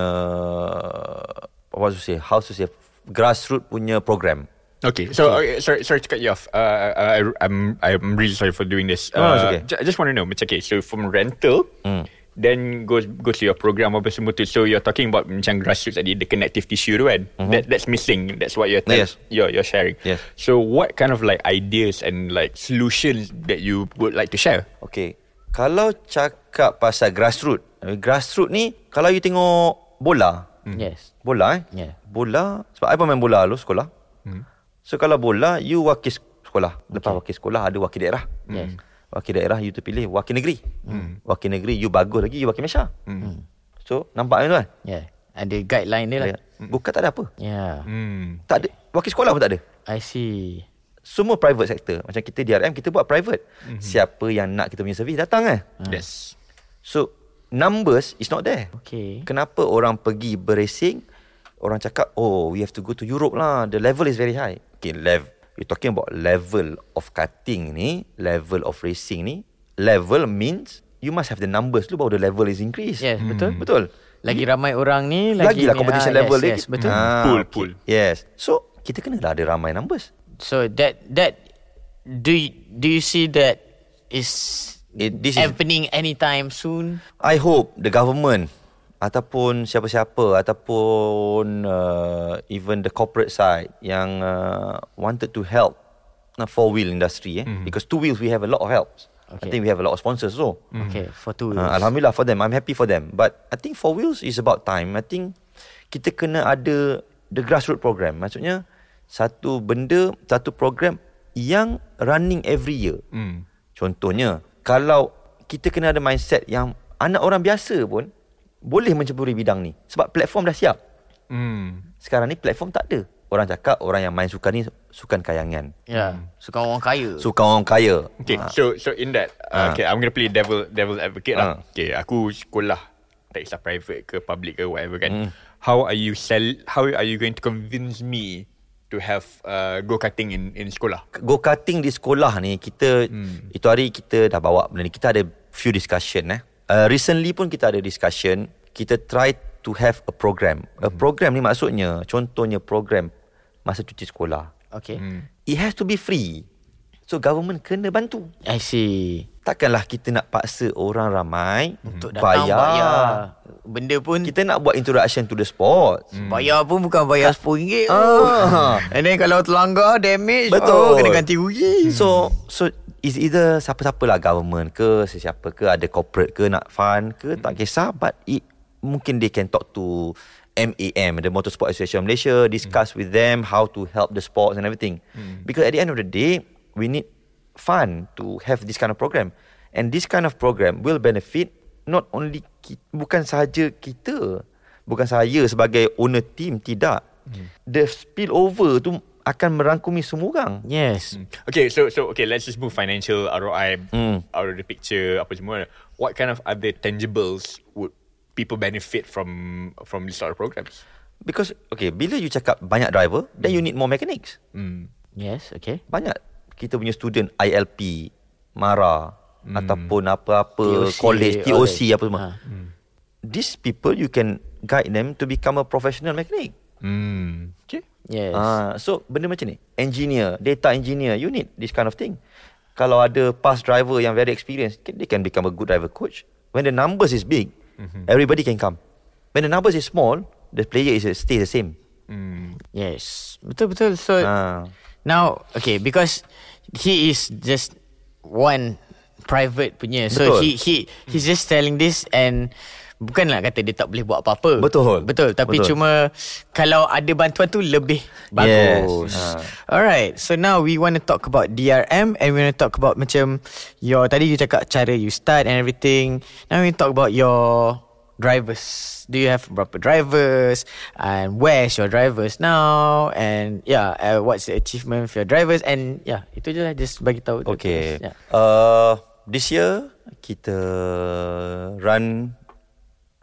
C: what to say, how to say grassroots punya program.
B: Okay, so okay, sorry, sorry to cut you off. Uh, I, I- I'm I'm really sorry for doing this. Uh,
C: No, it's okay. Mm.
B: ju- I just want to know, macam okay, so from rental, then goes goes to your program apa semua tu. So you're talking about macam grassroots tadi, the connective tissue tu kan? That that's missing. That's what you're tell-
C: Mm-hmm. Yes.
B: you're you're sharing.
C: Yes.
B: So what kind of like ideas and like solutions that you would like to share?
C: Okay Kalau cakap pasal grassroot eh, Grassroot ni Kalau you tengok bola
A: Yes.
C: Bola eh
A: Yeah.
C: Bola Sebab I pun main bola dulu sekolah hmm. So kalau bola You wakil sek- sekolah Lepas wakil sekolah Ada wakil daerah
A: Yes.
C: Wakil daerah you terpilih Wakil negeri hmm. Wakil negeri you bagus lagi You wakil Malaysia hmm. So nampak kan tu kan
A: Yeah. Ada guideline dia lah.
C: yeah. Mm. Bukan tak ada apa
A: Yeah.
B: Hmm.
C: Tak ada Wakil sekolah pun tak ada
A: I see.
C: Semua private sector Macam kita DRM Kita buat private hmm. Siapa yang nak kita punya servis Datang kan
B: Mm. Yes.
C: So Numbers is not there
A: Okay.
C: Kenapa orang pergi beracing Orang cakap Oh we have to go to Europe lah The level is very high Okay level You talking about level of cutting ni Level of racing ni Level means You must have the numbers dulu Baru the level is increased
A: Yes,
B: Hmm.
A: betul.
C: Betul
A: Lagi ramai orang ni
C: lagi
A: lagi
C: lah
A: ni.
C: competition
A: Ah,
C: level
A: yes,
C: dia.
A: Yes, betul.
C: Ah,
B: Hmm, Pool,
C: okay.
B: pool.
C: Yes So kita kena lah ada ramai numbers
A: So that that do you, do you see that is
C: It- this is-
A: happening anytime soon?
C: I hope the government ataupun siapa-siapa ataupun uh, even the corporate side yang uh, wanted to help the four wheel industry eh mm. because two wheels we have a lot of helps. I
A: Okay. Mm-hmm.
C: think we have a lot of sponsors so.
A: Okay, for two
C: Uh,
A: years.
C: Alhamdulillah for them. I'm happy for them. But I think for Wheels is about time. I think kita kena ada the grassroots program. Maksudnya satu benda, satu program yang running every year. Mm. Contohnya, kalau kita kena ada mindset yang anak orang biasa pun boleh menceburi bidang ni sebab platform dah siap.
B: Hmm.
C: Sekarang ni platform tak ada. Orang cakap orang yang main sukan ni sukan kayangan.
D: Yeah. Suka orang kaya.
C: Sukan orang kaya.
B: Okay, so so in that, uh, okay, I'm gonna play devil devil advocate lah.
C: Ah.
B: Okay, aku sekolah, tak kisah private ke public ke whatever kan.
C: Hmm.
B: How are you sell? How are you going to convince me to have uh, go karting in in sekolah?
C: go karting di sekolah ni kita hmm. itu hari kita dah bawa benda ni kita ada few discussion eh uh, recently pun kita ada discussion kita try to have a program a program ni maksudnya contohnya program masa cuti sekolah
A: Okay.
C: it has to be free so government kena bantu
A: I see.
C: takkanlah kita nak paksa orang ramai
D: Untuk datang bayar.
A: ya.
D: bayar.
A: Benda pun
C: kita nak buat introduction to the sport
A: Hmm. Bayar pun bukan bayar RM10
C: Ah.
A: [laughs] And then kalau terlanggar Damage
C: Betul.
A: oh, Kena ganti rugi
C: So so is either siapa-siapa lah government ke sesiapa ke ada corporate ke nak fund ke tak kisah but it mungkin they can talk to MAM the Motorsport Association of Malaysia discuss with them how to help the sports and everything because at the end of the day we need fund to have this kind of program and this kind of program will benefit not only ki- bukan sahaja kita bukan saya sebagai owner team tidak the spillover tu akan merangkumi semua orang
A: Yes
B: Okay, so so okay, let's just move financial ROI
C: Hmm.
B: out of the picture. Apa semua? What kind of other tangibles would people benefit from from this sort of programs?
C: Because okay, bila you cakap banyak driver, then you need more mechanics.
B: Hmm.
A: Yes okay
C: Banyak kita punya student ILP, MARA
A: Hmm.
C: ataupun apa-apa
A: TOC,
C: college
A: all
C: TOC
A: that.
C: apa semua.
A: Ha.
C: These people you can guide them to become a professional mechanic.
B: Hmm. Okay.
A: Yes
C: Ah, so benda macam ni, engineer, data engineer, you need this kind of thing. Kalau ada past driver yang very experienced, can- they can become a good driver coach. When the numbers is big,
A: Mm-hmm.
C: everybody can come. When the numbers is small, the player is stay the same.
B: Hmm.
A: Yes Betul-betul So
C: Ah.
A: Now Okay because He is just One Private punya So
C: Betul.
A: he he He's just telling this and Bukan nak kata dia tak boleh buat apa-apa
C: Betul.
A: Betul Tapi
C: Betul.
A: cuma Kalau ada bantuan tu Lebih bagus Ah.
C: Yes. Ha.
A: Alright So now we want to talk about DRM And we want to talk about macam Your Tadi you cakap cara you start and everything Now we talk about your Drivers Do you have berapa drivers And where's your drivers now And yeah uh, What's the achievement for your drivers And yeah Itu je lah Just bagi tahu the
C: Okay.
A: things. yeah.
C: Uh, this year kita run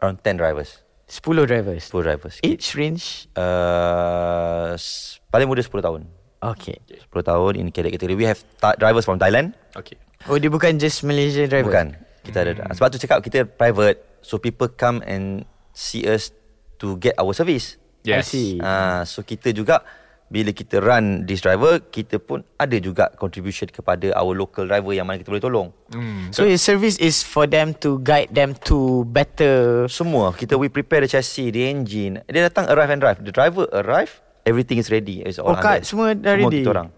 C: around 10 drivers,
A: 10 drivers
C: 10 drivers.
A: Each range
C: Uh, s- paling muda 10 tahun.
A: Okay
C: 10 tahun in cadet category. We have ta- drivers from Thailand.
B: Okay.
A: Oh dia bukan just Malaysian driver
C: Bukan. Kita ada sebab tu cakap kita private so people come and see us to get our service.
A: Yes. I
B: Yes.
A: see
C: Ah, so kita juga bila kita run this driver, kita pun ada juga contribution kepada our local driver yang mana kita boleh tolong.
B: Hmm.
A: So your service is for them to guide them to better
C: Semua Kita we prepare the chassis The engine Dia datang arrive and drive The driver arrive Everything is ready It's all
A: Oh kat
C: under-
A: semua dah ready
C: Semua kita orang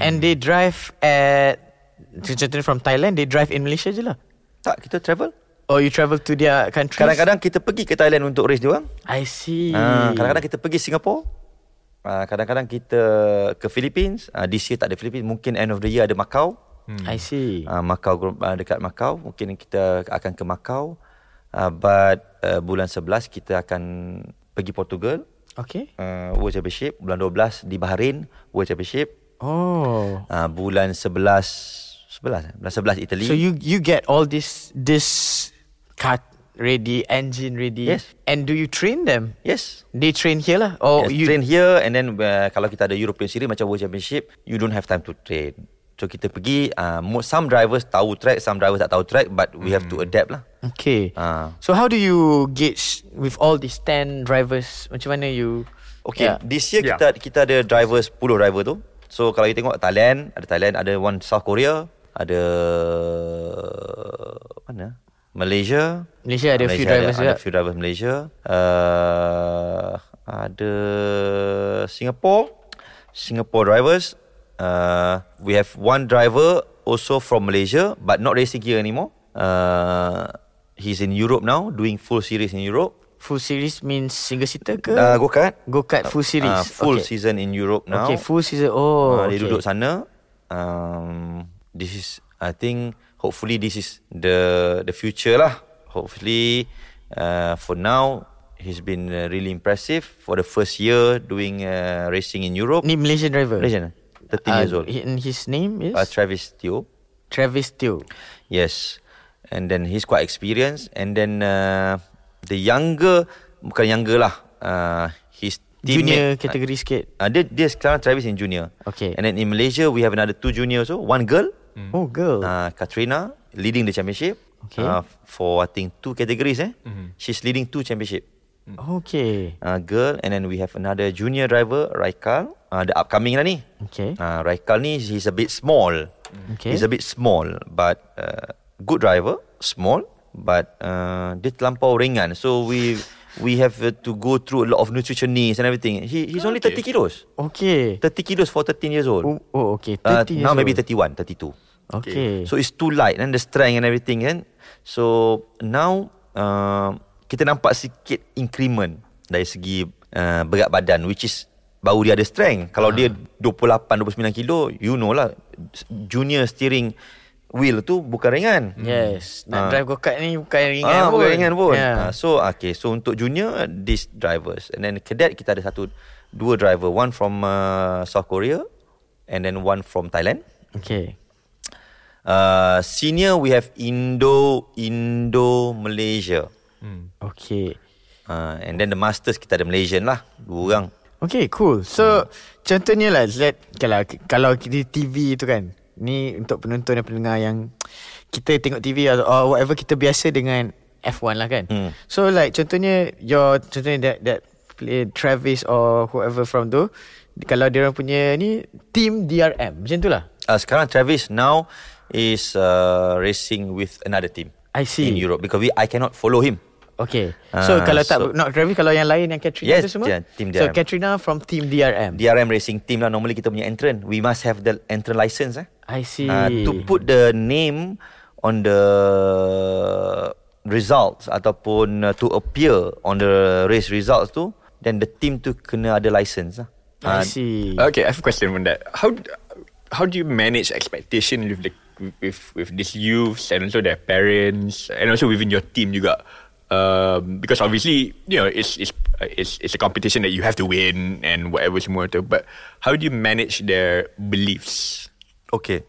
A: And they drive at Contohnya from Thailand They drive in Malaysia je lah
C: Tak kita travel
A: Or you travel to their countries
C: Kadang-kadang kita pergi ke Thailand Untuk race dia orang
A: I see
C: Ah, Kadang-kadang kita pergi Singapore Ah, Kadang-kadang kita Ke Philippines Ah, This year tak ada Philippines Mungkin end of the year Ada Macau
A: I see
C: Ah, Macau group ah, Dekat Macau Mungkin kita akan ke Macau Ah, But ah, Bulan 11 Kita akan Pergi Portugal
A: Okay
C: ah, World Championship Bulan 12 Di Bahrain World Championship
A: Oh
C: uh, bulan 11 11 eh? bulan 11 Italy.
A: So you you get all this This Car ready Engine ready
C: Yes.
A: And do you train them
C: yes.
A: They train here lah Or you
C: yes, train here and then uh, kalau kita ada European Series macam World Championship, you don't have time to train. So kita pergi uh, mo- some drivers tahu track, some drivers tak tahu track but we have
A: Hmm.
C: to adapt lah.
A: Okay
C: Ah.
A: So how do you gauge With all these 10 drivers Macam mana you
C: Okay, yeah.
A: yeah.
C: this year
B: Yeah.
C: kita kita ada drivers 10 driver tu. So kalau kita tengok Thailand, ada Thailand, ada one South Korea, ada mana? Malaysia.
A: Malaysia ada few drivers
C: ada, ada
A: juga.
C: few drivers Malaysia. Uh, ada Singapore. Singapore drivers. Uh, we have one driver also from Malaysia, but not racing here anymore. Uh, he's in Europe now, doing full series in Europe.
A: Full series means single seater ke?
C: Uh, go-kart.
A: Go-kart full series.
C: Uh, full
A: okay.
C: season in Europe now.
A: Okay, full season. Oh,
C: uh,
A: okay.
C: Dia duduk sana. Um, this is, I think, hopefully this is the the future lah. Hopefully, uh, for now, he's been uh, really impressive for the first year doing uh, racing in Europe.
A: Ni Malaysian driver.
C: Malaysian, 13
A: Uh,
C: years old.
A: he- And his name is
C: Uh, Travis Teo.
A: Travis Teo.
C: Yes. And then he's quite experienced. And then uh, the younger, bukan younger lah. Uh, his
A: Junior
C: teammate-
A: kategori sikit.
C: Uh, dia, dia sekarang Travis in junior.
A: Okay.
C: And then in Malaysia, we have another two junior also. One girl,
A: Oh, girl.
C: uh, Katrina, leading the championship.
A: Okay.
C: Uh, for I think two categories eh. She's leading two championship.
A: Okay.
C: Uh, girl and then we have another junior driver, Raikal. Uh, the upcoming lah ni.
A: Okay.
C: Uh, Raikal ni, he's a bit small.
A: Okay.
C: He's a bit small but uh, good driver, small but uh, dia terlampau ringan. So we we have uh, to go through a lot of nutritionists and everything. He he's only
B: Okay.
C: 30 kilos.
A: Okay.
C: 30 kilos for 13 years old.
A: Oh, oh okay. 30
C: Uh,
A: years
C: now maybe
A: old.
C: 31, 32.
A: Okay.
C: So it's too light and the strength and everything kan. So now uh, kita nampak sikit increment dari segi uh, berat badan which is baru dia ada strength. Kalau dia 28 29 kilo, you know lah junior steering wheel tu bukan ringan.
A: Mm. Yes. Nak
C: Ah.
A: drive go-kart ni bukan ringan pun.
C: ah,
A: Ya.
C: bukan ringan pun.
A: Yeah.
C: Ah, so okay, so untuk junior these drivers and then cadet kita ada satu dua driver, one from uh, South Korea and then one from Thailand.
A: Okay.
C: Uh, senior we have Indo Indo Malaysia. Mm.
A: Okay.
C: Uh, and then the masters kita ada Malaysian lah, dua orang.
A: Okay, cool. So,
C: Hmm.
A: contohnya lah, let, kalau, kalau di TV tu kan, ni untuk penonton dan pendengar yang kita tengok TV atau or whatever kita biasa dengan F1 lah kan.
C: Hmm.
A: So, like, contohnya, your, contohnya that, that play Travis or whoever from tu, kalau dia orang punya ni, team DRM, macam tu lah.
C: Uh, sekarang Travis now is uh, racing with another team
A: I see.
C: in Europe because we I cannot follow him.
A: Okay. So,
C: Ah,
A: kalau tak,
C: so-
A: not Travis, kalau yang lain yang Katrina
C: Yes,
A: tu semua.
C: yeah, team
A: So,
C: DRM.
A: Katrina from team DRM.
C: DRM racing team lah normally kita punya entrant. We must have the entrant license eh.
A: I see.
C: Uh, to put the name on the results ataupun uh, to appear on the race results tu then the team tu kena ada license lah.
A: I
C: Ah,
A: see.
B: Okay, I have a question on that. How d- how do you manage expectation with the with with these youths and also their parents and also within your team you got um, because obviously you know it's it's uh, it's it's a competition that you have to win and whatever semua tu. But how do you manage their beliefs?
C: Okay.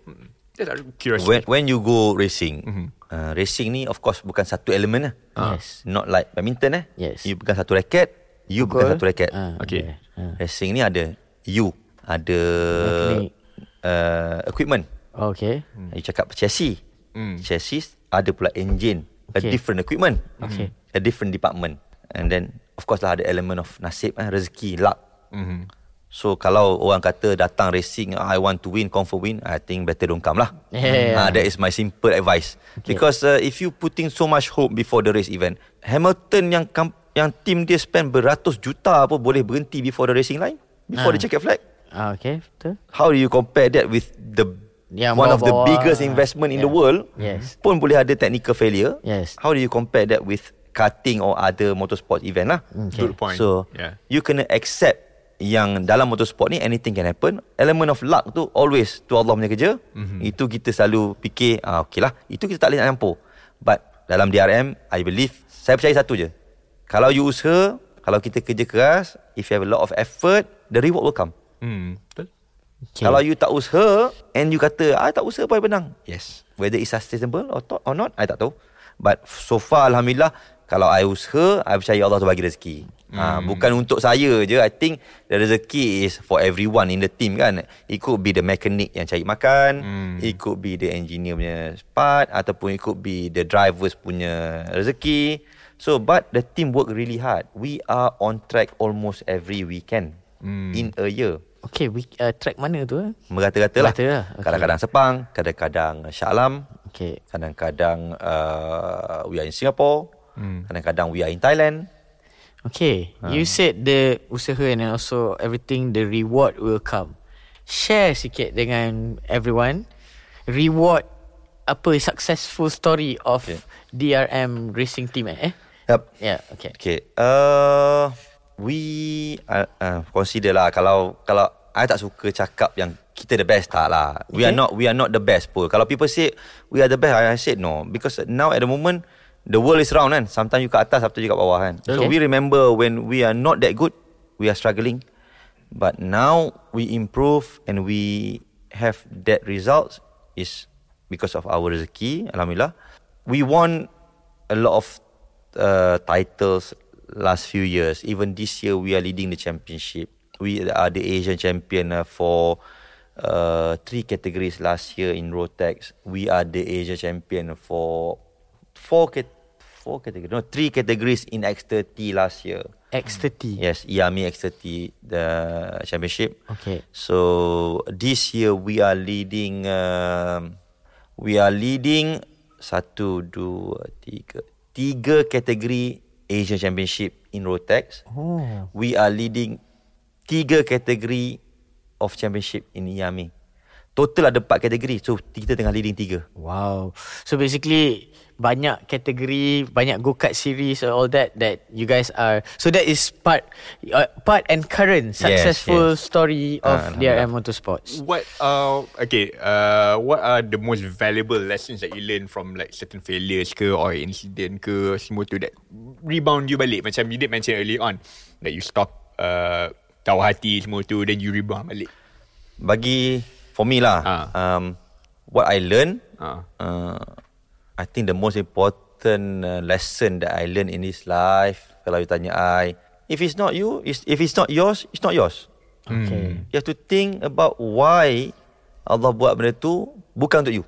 B: Just out of curiosity.
C: When when you go racing,
A: Mm-hmm.
C: uh, racing ni of course bukan satu elemen lah.
A: Yes.
C: Not like badminton eh.
A: Ah. Yes.
C: You bukan satu raket, you bukan satu raket.
A: Ah,
B: Okay.
A: yeah.
C: Racing ni ada you, ada
A: Mekanik.
C: uh, equipment.
A: Ah. Okay.
C: You cakap chassis. Chassis ada pula engine, a
A: Okay.
C: different equipment. Hmm.
A: Okay.
C: A different department. And then of course lah ada element of nasib eh, rezeki, luck. So kalau orang kata datang racing "Ah, I want to win confirm win I think better don't come lah
A: [laughs] Yeah.
C: Ah, That is my simple advice Because uh, if you putting so much hope Before the race event Hamilton yang kam- yang team dia spend beratus juta apa Boleh berhenti before the racing line
A: Ah.
C: Before the checkered flag
A: Ah, okay, betul.
C: How do you compare that with the
A: Yang
C: One of the
A: bawah-bawah.
C: biggest investment in the
A: Yeah.
C: world
A: Yes.
C: Pun boleh ada technical failure
A: Yes.
C: How do you compare that with Karting or other motorsport event lah
A: Mm,
B: Good point.
C: So
B: yeah.
C: You kena accept Yang dalam motorsport ni Anything can happen Element of luck tu Always Tu Allah punya kerja mm-hmm. Itu kita selalu fikir ah, Okay lah Itu kita tak boleh nak campur But Dalam DRM I believe Saya percaya satu je Kalau you usaha Kalau kita kerja keras If you have a lot of effort The reward will come
B: Hmm. Betul.
A: Okay.
C: Kalau you tak usaha And you kata I tak usaha pun I menang
B: Yes.
C: Whether it's sustainable or, to- or not I tak tahu But so far Alhamdulillah Kalau I usaha I percaya Allah tu bagi rezeki mm. ha, Bukan untuk saya je I think The rezeki is For everyone in the team kan It could be the mechanic Yang cari makan mm. It could be the engineer punya part Ataupun it could be The drivers punya rezeki So but the team work really hard We are on track Almost every weekend mm. In a year
A: okay, we, uh, track mana tu? eh?
C: Merata-rata lah.
A: Merata lah, okay.
C: Kadang-kadang Sepang, kadang-kadang Shah Alam,
A: Okay.
C: kadang-kadang uh, we are in Singapore, kadang-kadang we are in Thailand.
A: Okay,
C: Ha.
A: you said the usaha and then also everything the reward will come. Share sikit dengan everyone. reward apa successful story of DRM racing team eh? eh?
C: Yep.
A: Yeah, okay.
C: Okay. Uh, we uh, uh, consider lah kalau kalau I tak suka cakap yang kita the best tak lah. We are
A: Okay.
C: not we are not the best pun. Kalau people say we are the best, I, I said no because now at the moment the world is round kan. Sometimes you kat atas, sometimes you kat bawah kan. So
A: Okay.
C: we remember when we are not that good, we are struggling. But now we improve and we have that results is because of our rezeki. Alhamdulillah. We won a lot of uh, titles last few years. Even this year, we are leading the championship. We are the Asian champion uh, for uh, three categories last year in Rotex. We are the Asia champion for four cat- four categories, no, three categories in X30 last year.
A: X30.
C: Yes, IAMI X30 the championship.
A: Okay.
C: So this year we are leading um, we are leading satu dua tiga tiga kategori Asia Championship in Rotex.
A: Oh.
C: We are leading tiga kategori of championship in IAMI. Total ada empat kategori. So kita tengah leading tiga.
A: Wow. So basically banyak kategori, banyak go-kart series and all that that you guys are. So that is part uh, part and current successful
C: yes.
A: story of
C: Ah,
A: DRM Motorsports.
B: What uh okay uh what are the most valuable lessons that you learn from like certain failures ke or incident ke semua tu that rebound you balik macam you did mention early on that you stop uh tahu hati semua tu then you rebound balik.
C: Bagi for me lah,
B: Ah.
C: um, what I learn,
B: Ah.
C: uh, I think the most important uh, lesson that I learn in this life, kalau you tanya I, if it's not you, it's, if it's not yours, it's not yours.
A: Okay.
C: You have to think about why Allah buat benda tu bukan untuk you.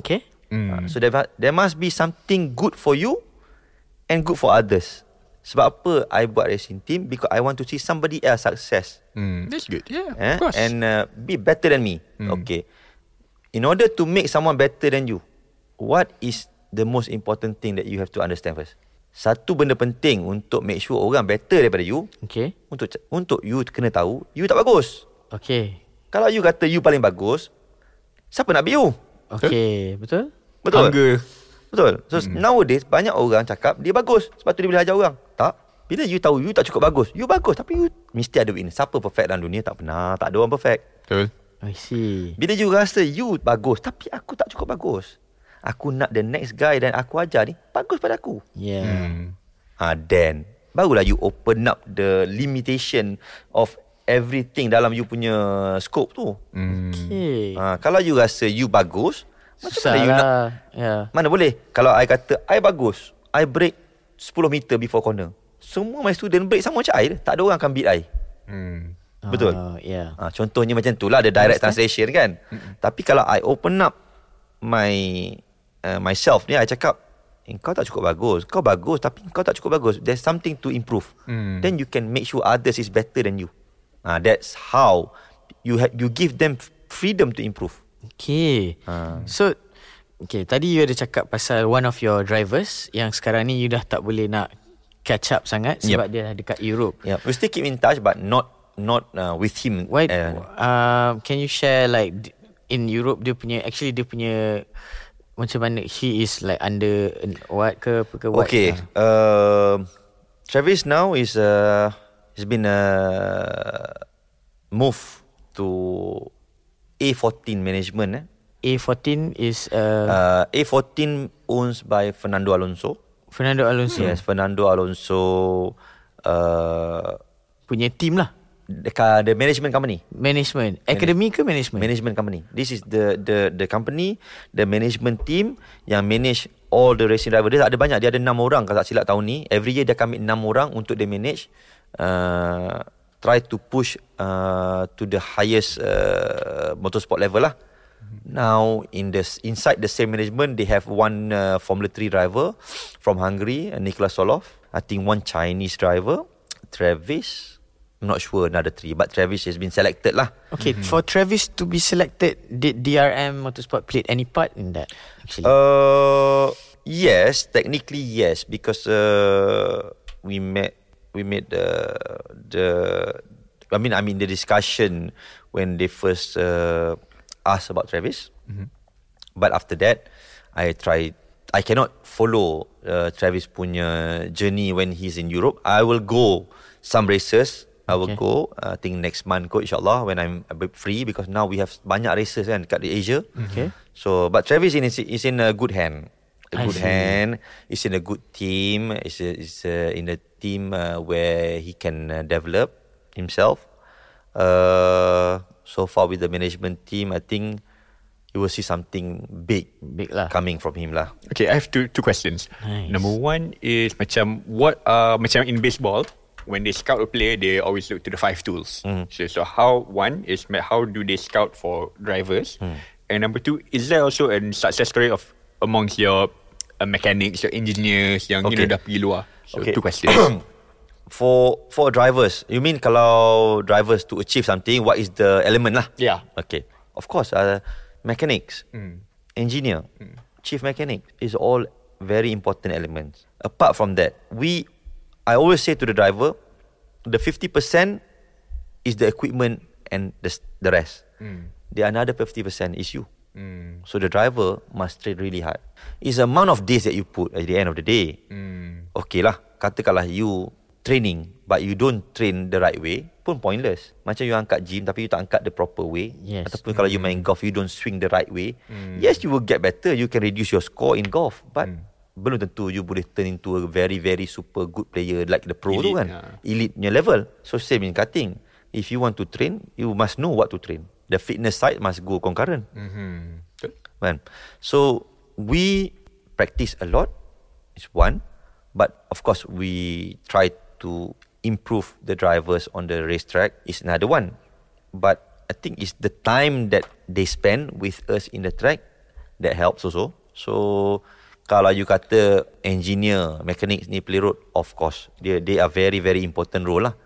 A: Okay.
B: Hmm.
C: Mm. So there, mu- there must be something good for you and good for others. Sebab apa I buat racing team? Because I want to see somebody else success
B: Hmm, that's good. Yeah,
C: eh?
B: of course. Hmm.
C: and uh, be better than me. Okay. In order to make someone better than you, what is the most important thing that you have to understand first? Satu benda penting untuk make sure orang better daripada you,
A: Okay.
C: untuk ca- untuk you kena tahu you tak bagus.
A: Okay.
C: Kalau you kata you paling bagus, siapa nak be you?
A: Okay, betul?
C: Betul.
B: Angga.
C: Betul. So
B: Hmm.
C: mm. nowadays banyak orang cakap dia bagus, sebab tu dia boleh ajar orang. Tak. Bila you tahu you tak cukup bagus, you bagus tapi you mesti ada weakness. Siapa perfect dalam dunia tak pernah, tak ada orang perfect.
B: Betul.
A: I see.
C: Bila you rasa you bagus Tapi aku tak cukup bagus Aku nak the next guy Dan aku ajar ni Bagus pada aku
A: Yeah.
B: Hmm.
C: Ah Then Barulah you open up The limitation Of everything Dalam you punya Scope tu
B: Hmm.
A: Okay.
C: ah, Kalau you rasa you bagus Macam
A: Susah
C: mana you
A: lah.
C: nak
A: Yeah.
C: Mana boleh Kalau I kata I bagus I break 10 meter before corner Semua my student break Sama macam I Tak ada orang akan beat I
B: Hmm.
C: Betul
A: Ah, yeah.
C: Ha, contohnya macam tu lah ada direct translation kan. Tapi kalau I open up my uh, myself ni I cakap "Eh, kau tak cukup bagus. Kau bagus tapi kau tak cukup bagus. There's something to improve.
B: Hmm.
C: Then you can make sure others is better than you. Ah that's how you ha- you give them freedom to improve.
A: Okay.
C: Ah.
A: So, okay, tadi you ada cakap pasal one of your drivers yang sekarang ni you dah tak boleh nak catch up sangat sebab dia dah dekat Europe.
C: Yeah. We still keep in touch but not not uh, with him.
A: Why
C: Uh,
A: uh, can you share like d- in Europe dia punya actually dia punya macam mana he is like under an- what ke apa ke what?
C: Okay. Um Travis now is uh has been uh moved to A14 management. Eh?
A: A14 is uh, uh,
C: Uh, A14 owns by Fernando Alonso.
A: Fernando Alonso
C: Yes, Fernando Alonso. Uh,
A: punya team lah.
C: the, ca- the management company.
A: Management. Academy ke management?
C: Management company. This is the the the company, the management team yang manage all the racing driver. Dia ada banyak, dia ada enam orang kalau tak silap tahun ni. Every year dia kami enam orang untuk dia manage uh, try to push uh, to the highest uh, motorsport level lah. Now in the inside the same management they have one uh, Formula 3 driver from Hungary, uh, Nicolas Solov. I think one Chinese driver, Travis. I'm not sure another three but Travis has been selected lah.
A: Okay, for Travis to be selected, did DRM Motorsport played any part in that? Actually,
C: Uh, yes, technically yes, because uh, we met we made the the I mean I mean the discussion when they first uh, asked about Travis. But after that, I try. I cannot follow uh, Travis punya journey when he's in Europe. I will go some races. I will okay. go. Uh, I think next month kot insyaAllah when I'm a bit free because now we have banyak races kan kat di Asia.
A: Okay.
C: So, but Travis in, is, is in a good hand.
A: I
C: A
A: see.
C: good hand. Is in a good team. Is is uh, in a team uh, where he can uh, develop himself. Uh, so far with the management team, I think you will see something big,
A: Big lah.
C: coming from him lah.
B: Okay, I have two two questions.
A: Nice.
B: Number one is macam what uh macam in baseball when they scout a player they always look to the five tools.
C: Mm-hmm.
B: So so how one is ma- how do they scout for drivers,
C: Hmm.
B: and number two is there also a success story of amongst your uh, mechanics, your engineers yang you
C: Okay.
B: know dah pergi luar. So
C: Okay.
B: two
C: [coughs]
B: questions. Hmm.
C: For for drivers, you mean kalau drivers to achieve something, what is the element lah?
B: Yeah.
C: Okay. Of course, uh, mechanics, engineer, chief mechanic is all very important elements. Apart from that, we, I always say to the driver, the fifty percent is the equipment and the s- the rest. The another fifty percent is you. So the driver must train really hard. It's the amount of days that you put at the end of the day. Okay lah, katakanlah you training but you don't train the right way pun pointless. Macam you angkat gym tapi you tak angkat the proper way.
A: Yes.
C: Ataupun kalau you main golf you don't swing the right way. Yes, you will get better. You can reduce your score in golf but belum tentu you boleh turn into a very very super good player like the pro tu
B: Elite,
C: kan.
B: ah.
C: Elite punya level. So same in cutting. If you want to train, you must know what to train. The fitness side must go concurrent.
B: Mhm. Betul?
C: Kan? So we practice a lot is one, but of course we try to improve the drivers on the racetrack is another one. But I think it's the time that they spend with us in the track that helps also. So kalau you kata engineer, mechanics ni play road, of course. They, they are very very important role lah.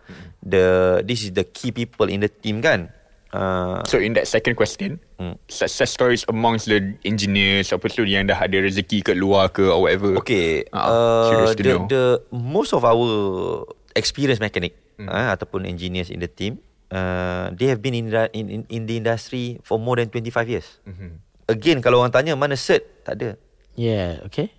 C: The this is the key people in the team kan. Uh,
B: So in that second question,
C: Hmm.
B: success stories amongst the engineers apa tu yang dah ada rezeki kat luar ke or whatever.
C: Okay,
B: Ah,
C: uh,
B: curious to
C: the,
B: know.
C: the most of our experienced mechanic mm. uh, ataupun engineers in the team, uh, they have been in, the- in in in the industry for more than 25 years. Mm-hmm. Again, kalau orang tanya mana cert, tak ada.
A: Yeah, okay.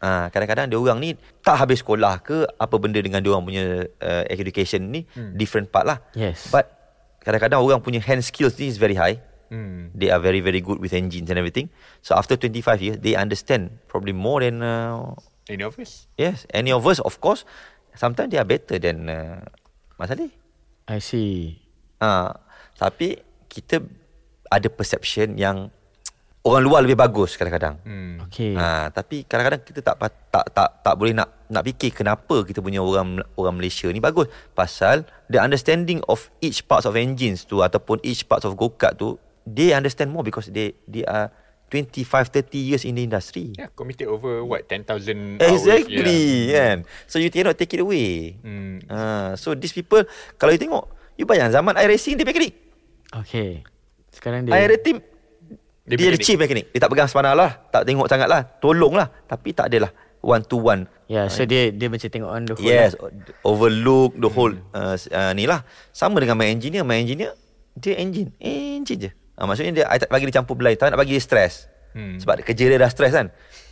C: Ah, kadang-kadang dia orang ni tak habis sekolah ke apa benda dengan dia orang punya uh, education ni hmm. different part lah.
A: Yes.
C: But kadang-kadang orang punya hand skills ni is very high. Hmm. They are very very good with engines and everything. So after 25 years, they understand probably more than uh,
B: Any of us?
C: Yes, any of us, of course, sometimes they are better than uh, Mas Ali.
A: I see.
C: Ha, tapi kita ada perception yang orang luar lebih bagus kadang-kadang. Hmm.
A: Okay.
C: Ha, tapi kadang-kadang kita tak pat- tak tak tak boleh nak nak fikir kenapa kita punya orang orang Malaysia ni bagus. Pasal the understanding of each parts of engines tu ataupun each parts of go-kart tu, they understand more because they they are 25 30 years in the industry.
B: Yeah, committed over what 10,000 hours.
C: Exactly yeah. kan. So you cannot take it away.
B: Hmm.
C: Hmm. Uh, so these people kalau you tengok you bayang zaman air racing dia mekanik.
A: Okay. Sekarang
C: Yeah.
A: dia
C: Air team
B: Dia
C: dia, dia
B: mekanik.
C: chief mekanik. Dia tak pegang sepanah lah, tak tengok sangat lah, tolong lah. Tapi tak adalah one to one.
A: Yeah, so dia dia macam tengok on the lah. whole.
C: Yes, overlook the whole uh, s- uh, ni lah. Sama dengan main engineer, main engineer dia engine, engine je. Uh, maksudnya dia I tak bagi dia campur belai, tak nak bagi dia stress. Hmm. Sebab kerja dia dah stress kan.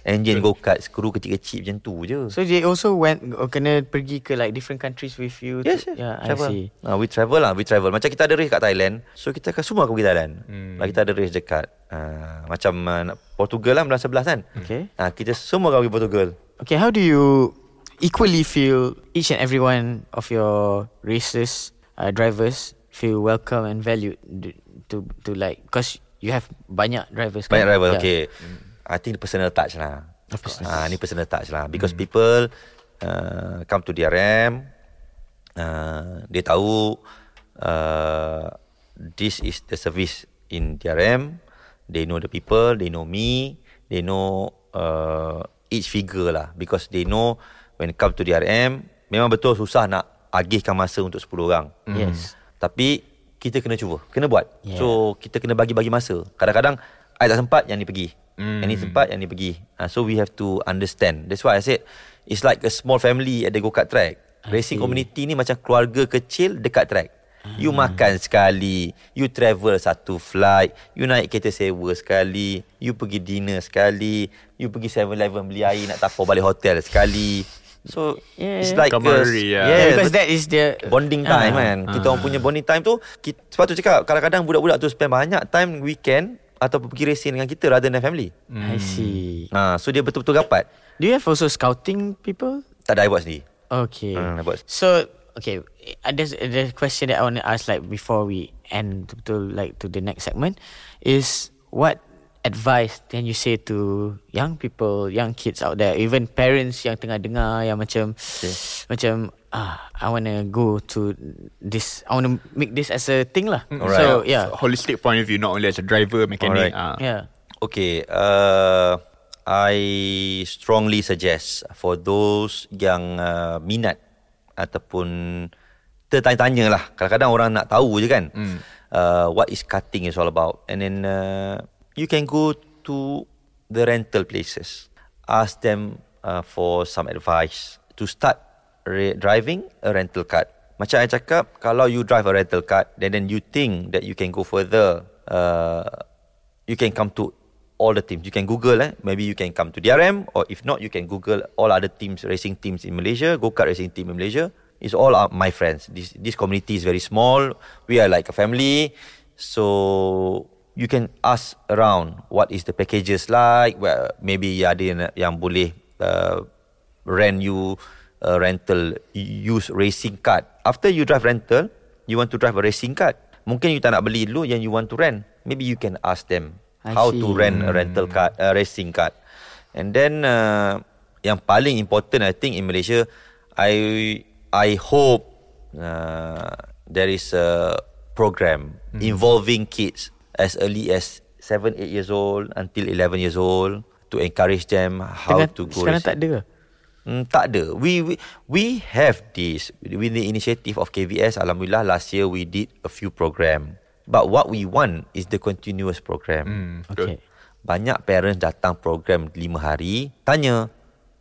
C: Engine go-kart, skru kecil-kecil macam tu je.
A: So they also went oh, kena pergi ke like different countries with you.
C: Yes,
A: to,
C: yes.
A: yeah, I
C: travel.
A: see.
C: Ah, we travel lah, we travel. Macam kita ada race kat Thailand, so kita akan semua akan pergi Thailand. Hmm. Lah kita ada race dekat uh, macam uh, nak- Portugal lah bulan 11 kan.
A: Okay.
C: Ah, kita semua akan pergi Portugal.
A: Okay, how do you equally feel each and every one of your races uh, drivers feel welcome and valued d- to to like because you have banyak drivers.
C: Banyak
A: kan?
C: driver,
A: Yeah.
C: okay. I think personal touch lah.
A: Of course. Hmm.
C: Ah, ni personal touch lah because people uh, come to DRM uh, dia tahu uh, this is the service in DRM they know the people they know me they know uh, each figure lah because they know when it come to DRM memang betul susah nak agihkan masa untuk 10 orang
A: Yes.
C: tapi kita kena cuba, kena buat.
A: Yeah.
C: Yeah. So kita kena bagi-bagi masa. Kadang-kadang I tak sempat yang ni pergi. Mm.
A: Hmm.
C: Yang ni sempat yang ni pergi. Uh, so we have to understand. That's why I said it's like a small family at the go-kart track. Racing community ni macam keluarga kecil dekat track. You
A: Hmm.
C: makan sekali, you travel satu flight, you naik kereta sewa sekali, you pergi dinner sekali, you pergi 7-Eleven beli air nak tapau balik hotel sekali. So yeah. it's like
B: Camaraderie, yeah.
C: a,
A: Yeah, because that is the Ah,
C: bonding time uh, kan. Kita orang punya bonding time tu kita, sebab tu cakap kadang-kadang budak-budak tu spend banyak time weekend atau pergi racing dengan kita rather than family.
A: I see.
C: Ha, so dia betul-betul rapat.
A: Do you have also scouting people?
C: Tak ada I buat sendiri.
A: Okay.
C: Hmm, I buat.
A: So okay, uh, there's the question that I want to ask like before we end to, to like to the next segment is what advice can you say to young people, young kids out there, even parents yang tengah dengar yang macam okay. macam ah I want to go to this I want to make this as a thing lah.
C: Mm-hmm. Alright.
A: So yeah.
B: Holistic point of view, not only as a driver, mechanic.
C: Alright.
B: ah.
A: Yeah.
C: Okay, uh, I strongly suggest for those yang uh, minat ataupun tertanya-tanya lah. Kadang-kadang orang nak tahu je kan. Mm. Uh, what is cutting is all about. And then uh, you can go to the rental places. Ask them uh, for some advice to start re- driving a rental card. Macam I cakap, kalau you drive a rental card, then then you think that you can go further. Uh, you can come to all the teams. You can Google eh. Maybe you can come to DRM or if not, you can Google all other teams, racing teams in Malaysia, go-kart racing team in Malaysia. It's all our, my friends. This this community is very small. We are like a family. So you can ask around what is the packages like. Well, maybe ada yang, yang boleh uh, rent you a rental use racing card. After you drive rental, you want to drive a racing card. Mungkin you tak nak beli dulu yang you want to rent. Maybe you can ask them
A: I
C: how
A: see. Hmm.
C: to rent a rental card, a racing card. And then uh, yang paling important I think in Malaysia, I I hope uh, there is a program
A: Hmm.
C: involving kids as early as 7 8 years old until 11 years old to encourage them how
A: Tengah-
C: to go
A: sekarang
C: racing.
A: tak ada ke?
C: Hmm, tak ada. We, we we have this with the initiative of KVS. Alhamdulillah, last year we did a few program. But what we want is the continuous program.
B: Hmm,
A: Okay.
B: betul.
C: Banyak parents datang program 5 hari, tanya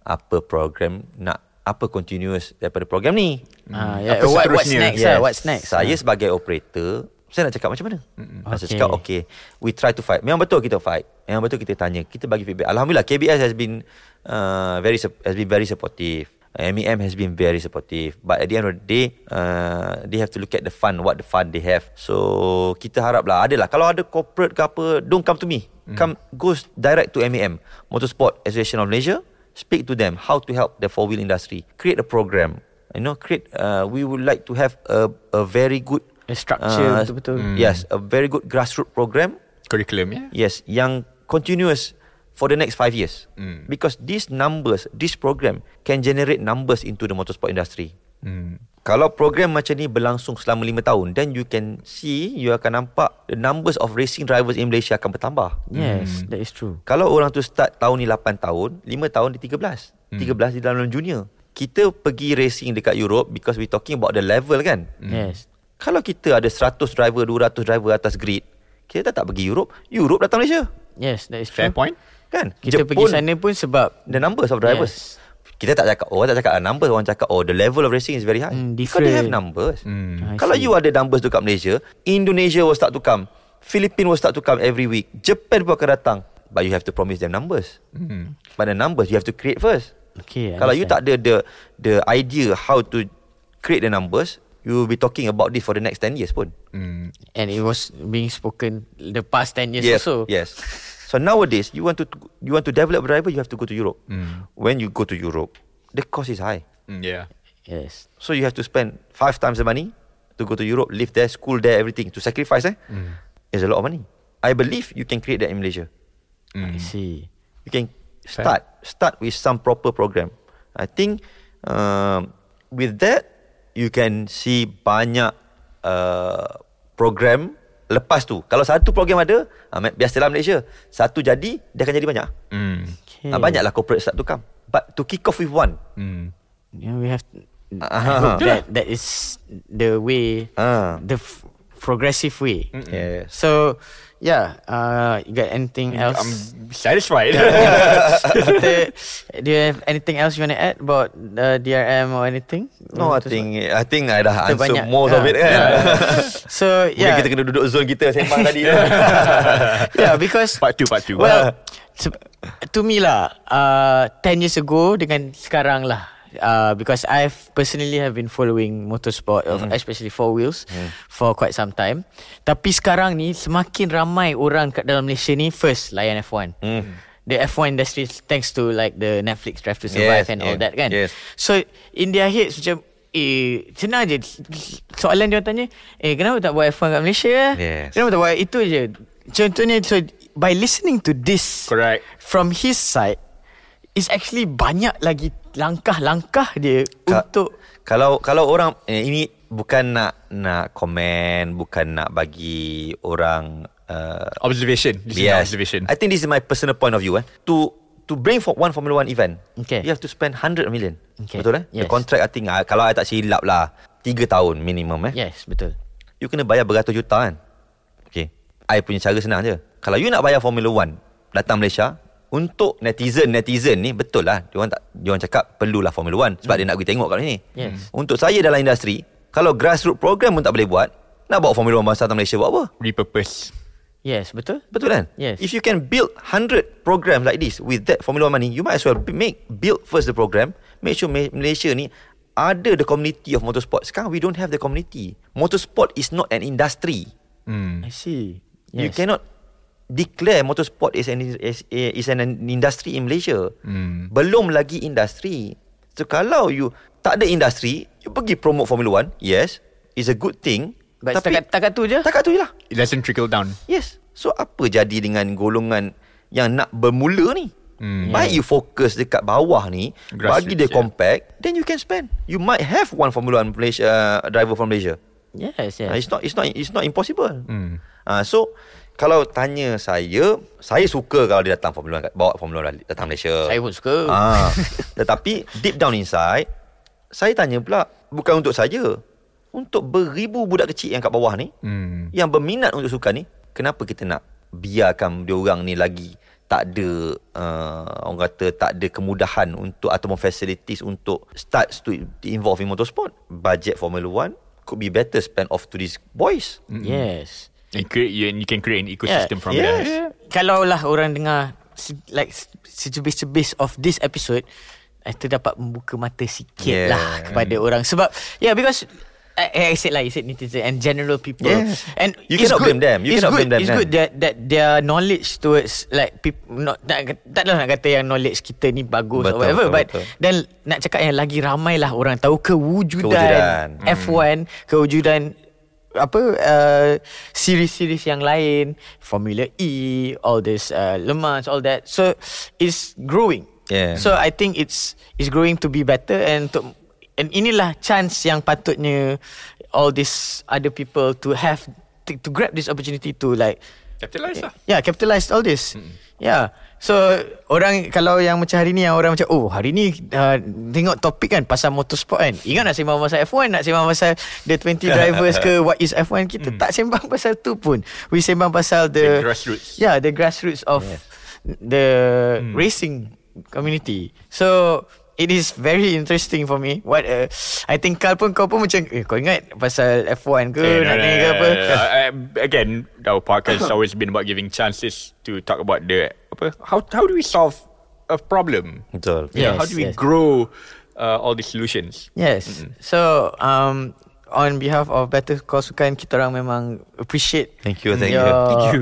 C: apa program nak apa continuous daripada program ni.
A: Ah, yeah.
B: Apa
A: What, what's
B: seterusnya?
A: next? Yes. What's next? Ah. Ha.
C: Saya sebagai operator, saya nak cakap macam mana? Okay. Saya
A: Okay.
C: cakap okay,
A: Hmm.
C: we try to fight. Memang betul kita fight. Memang betul kita tanya, kita bagi feedback. Alhamdulillah KBS has been uh, very sup- has been very supportive. Uh, MEM has been very supportive But at the end of the day uh, They have to look at the fund What the fund they have So Kita haraplah Adalah Kalau ada corporate ke apa Don't come to me
A: Hmm.
C: Come Go s- direct to MEM Motorsport Association of Malaysia Speak to them How to help the four wheel industry Create a program You know Create uh, We would like to have A, a very good
A: A
C: uh,
A: structure betul-betul.
C: Yes A very good grassroots program
B: Curriculum, yeah.
C: Yes, yang continuous for the next five years. Mm. Because these numbers, this program can generate numbers into the motorsport industry. Mm. Kalau program macam ni berlangsung selama lima tahun, then you can see, you akan nampak the numbers of racing drivers in Malaysia akan bertambah. Mm.
A: Yes, that is true.
C: Kalau orang tu start tahun ni 8 tahun, 5 tahun dia 13. 13 di dalam junior. Kita pergi racing dekat Europe because we talking about the level kan.
A: Yes.
C: Kalau kita ada 100 driver, 200 driver atas grid, kita tak pergi Europe, Europe datang Malaysia.
A: Yes, that is true.
B: Fair point.
C: Kan?
A: Kita
C: Jepun,
A: pergi sana pun sebab
C: The numbers of drivers. Yes. Kita tak cakap orang tak cakap ah, numbers orang cakap oh the level of racing is very high.
A: Hmm,
C: Because they have
A: different.
C: numbers.
A: I
C: Kalau
A: see.
C: you ada numbers tu kat Malaysia, Indonesia will start to come. Philippines will start to come every week. Japan pun akan datang. But you have to promise them numbers. Mm. But the numbers you have to create first.
A: Okay,
C: Kalau you tak
A: understand.
C: ada the the idea how to create the numbers, you will be talking about this for the next 10 years pun.
B: Mm.
A: and it was being spoken the past 10 years
C: yes,
A: also.
C: Yes. So nowadays, you want to you want to develop a driver, you have to go to Europe. When you go to Europe, the cost is high.
B: Mm, yeah.
A: Yes.
C: So you have to spend five times the money to go to Europe, live there, school there, everything to sacrifice. Eh, is a lot of money. I believe you can create that in Malaysia. Mm.
A: I see.
C: You can start start with some proper program. I think um, with that you can see banyak uh, program lepas tu. Kalau satu program ada, ah, ma- biasalah Malaysia, satu jadi dia akan jadi banyak.
B: Mm.
A: Hmm. Okay. Hmm,
C: Ah, banyaklah corporate start to come. But to kick off with one.
B: Mm.
A: Yeah, we have I
C: Ah,
A: hope that that is the way
C: Ah.
A: the f- progressive way.
C: Yes.
A: So yeah, uh you got anything else? [laughs]
B: I'm satisfied.
A: Kita- do you have anything else you want to add about uh, DRM or anything?
C: No, I think I think I dah answer
A: banyak.
C: most of
A: Ah.
C: it kan.
A: So
C: [laughs] Mungkin
A: yeah,
C: kita kena duduk zone kita sembang tadi kan.
A: [laughs] yeah, because
B: [laughs] Part 2, part 2.
A: Well, to, to me lah, uh, 10 years ago dengan sekarang lah. Uh, because I've personally have been following motorsport, mm.
C: Hmm.
A: especially four wheels, mm. for quite some time. Tapi sekarang ni semakin ramai orang kat dalam Malaysia ni first layan F1. Mm.
C: Hmm.
A: The F1 industry thanks to like the Netflix Drive to Survive
C: Yes,
A: and all
C: yeah,
A: that kan.
C: yes.
A: So in their heads macam Eh senang je Soalan dia orang tanya Eh kenapa tak buat F1 kat Malaysia eh?
C: Yes.
A: Kenapa tak buat itu je Contohnya so By listening to this
B: Correct.
A: From his side It's actually banyak lagi Langkah-langkah dia
C: Ka-
A: Untuk
C: kalau kalau orang eh, ini bukan nak nak komen, bukan nak bagi orang uh,
B: observation. This is an observation.
C: I think this is my personal point of view. Eh. To to bring for one Formula One event,
A: Okay.
C: you have to spend 100 million.
A: Okay.
C: Betul eh?
A: Yes.
C: The contract I think ah, kalau I tak silap lah 3 tahun minimum eh.
A: Yes betul
C: You kena bayar beratus juta kan. Okay. I punya cara senang je. Kalau you nak bayar Formula One datang Malaysia, untuk netizen-netizen ni betul lah. Diorang, tak, diorang cakap perlulah Formula One sebab dia nak pergi tengok kat sini. Hmm.
A: Yes.
C: Untuk saya dalam industri, kalau grassroots program pun tak boleh buat, nak bawa Formula One masa datang Malaysia buat apa?
B: Repurpose.
A: Yes betul
C: Betul kan?
A: Yes.
C: If you can build 100 programs like this with that Formula One money, you might as well b- make build first the program, make sure Ma- Malaysia ni ada the community of motorsport. Sekarang we don't have the community. Motorsport is not an industry.
B: Mm.
A: I see
C: You cannot declare motorsport is an is, is an industry in Malaysia.
B: Hmm.
C: Belum lagi industri. So kalau you tak ada industri, you pergi promote Formula One, yes, is a good thing.
A: But setakat, setakat tu je
C: Takat tu je lah.
B: It doesn't trickle down.
C: Yes. So apa jadi dengan golongan yang nak bermula ni? Hmm. Baik you fokus dekat bawah ni,
B: Grassroots,
C: bagi dia
B: yeah.
C: compact, then you can spend. You might have one Formula One Malaysia, uh, driver from Malaysia.
A: Yes yes
C: Yeah. Ah, It's not it's not it's not impossible. Hmm. Uh, so kalau tanya saya, saya suka kalau dia datang Formula One kat- bawa Formula One datang Malaysia.
A: Saya pun suka
C: Ah, [laughs] tetapi deep down inside, saya tanya pula bukan untuk saya, untuk beribu budak kecil yang kat bawah ni
B: Hmm.
C: yang berminat untuk sukan ni, kenapa kita nak biarkan dia orang ni lagi tak ada uh, orang kata tak ada kemudahan untuk ataupun facilities untuk start to involve in motorsport. Budget Formula 1 could be better spent off to these boys.
A: Yes
B: And create you, and you can create an
A: Yeah.
B: ecosystem from
C: Yes.
B: there.
A: Kalau lah orang dengar se- Like se- Secebis-cebis of this episode Itu dapat membuka mata sikit yeah.
C: Yeah.
A: lah Kepada orang Sebab Yeah because I, I said lah You said netizen And general people
C: Yes.
A: And
C: You
A: it's
C: cannot
A: good.
C: blame them.
A: it's
C: You cannot
A: good.
C: blame them,
A: It's
C: kan?
A: good that, that Their knowledge towards Like people, not, tak, tak adalah nak kata yang knowledge kita ni Bagus or
C: Betul,
A: whatever
C: betul,
A: But
C: betul.
A: Dan nak cakap yang lagi ramai lah Orang tahu kewujudan,
C: Kewujudan.
A: F1 Hmm. Kewujudan apa uh, series-series yang lain Formula E all this uh, Le Mans all that so it's growing
C: Yeah.
A: so I think it's it's growing to be better and to, and inilah chance yang patutnya all these other people to have to, to grab this opportunity to like
B: Capitalize ah. lah.
A: yeah capitalize all this yeah so orang kalau yang macam hari ni yang orang macam oh hari ni uh, tengok topik kan pasal motorsport kan ingat nak sembang pasal F1 nak sembang pasal the
B: [laughs]
A: 20 drivers ke what is F1 kita tak sembang [laughs] pasal tu pun we sembang pasal the,
B: Mm. The grassroots. Mm.
A: yeah the grassroots of the racing community so It is very interesting for me. What uh, I think Carl pun kau pun macam eh, kau ingat pasal F1 ke
B: Eh,
A: nak ni ke apa?
B: I- I- again, our podcast has always been about giving chances to talk about the apa, how how do we solve a problem?
C: Betul.
A: Yes,
B: Yeah, how do we
A: yes.
B: grow uh, all these solutions?
A: Yes. So um on behalf of Better Call Sukan kita orang memang appreciate
C: Thank you, thank
A: your,
C: you.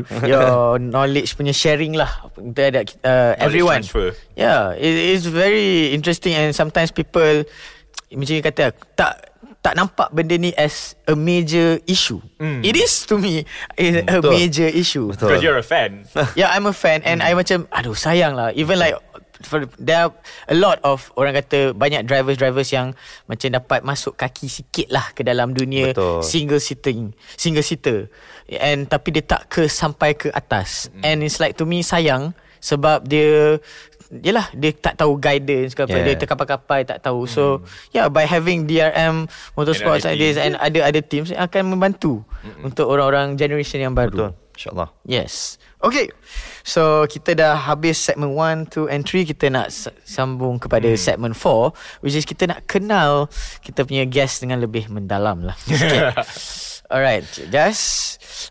B: Thank you.
A: [laughs] your knowledge punya sharing lah that, uh, everyone
B: transfer.
A: yeah it is very interesting and sometimes people macam you kata tak tak nampak benda ni as a major issue it is to me is a
C: Mm. Betul.
A: major issue
C: Betul.
B: Because you're a fan.
C: lah.
A: Yeah, I'm a fan and
C: Hmm.
A: I macam aduh sayang lah. Even like for, there are a lot of orang kata banyak drivers-drivers yang macam dapat masuk kaki sikit lah ke dalam dunia
C: Betul.
A: single sitting, single seater. And tapi dia tak ke sampai ke atas.
C: Hmm.
A: And it's like to me sayang sebab dia Yelah Dia tak tahu guidance ke apa
C: Yeah. Hmm.
A: Dia terkapai-kapai Tak tahu So Yeah by having DRM Motorsports
B: And
A: like
B: other
A: this
B: teams.
A: And ada other teams Akan membantu Untuk orang-orang Generation yang baru
C: Hmm. Betul. InsyaAllah
A: Yes. Okay. So kita dah habis segmen 1, 2 and 3 kita nak s- sambung kepada hmm. segmen 4 which is kita nak kenal kita punya guest dengan lebih mendalam
C: [laughs]
A: lah. Okay. Alright, guys.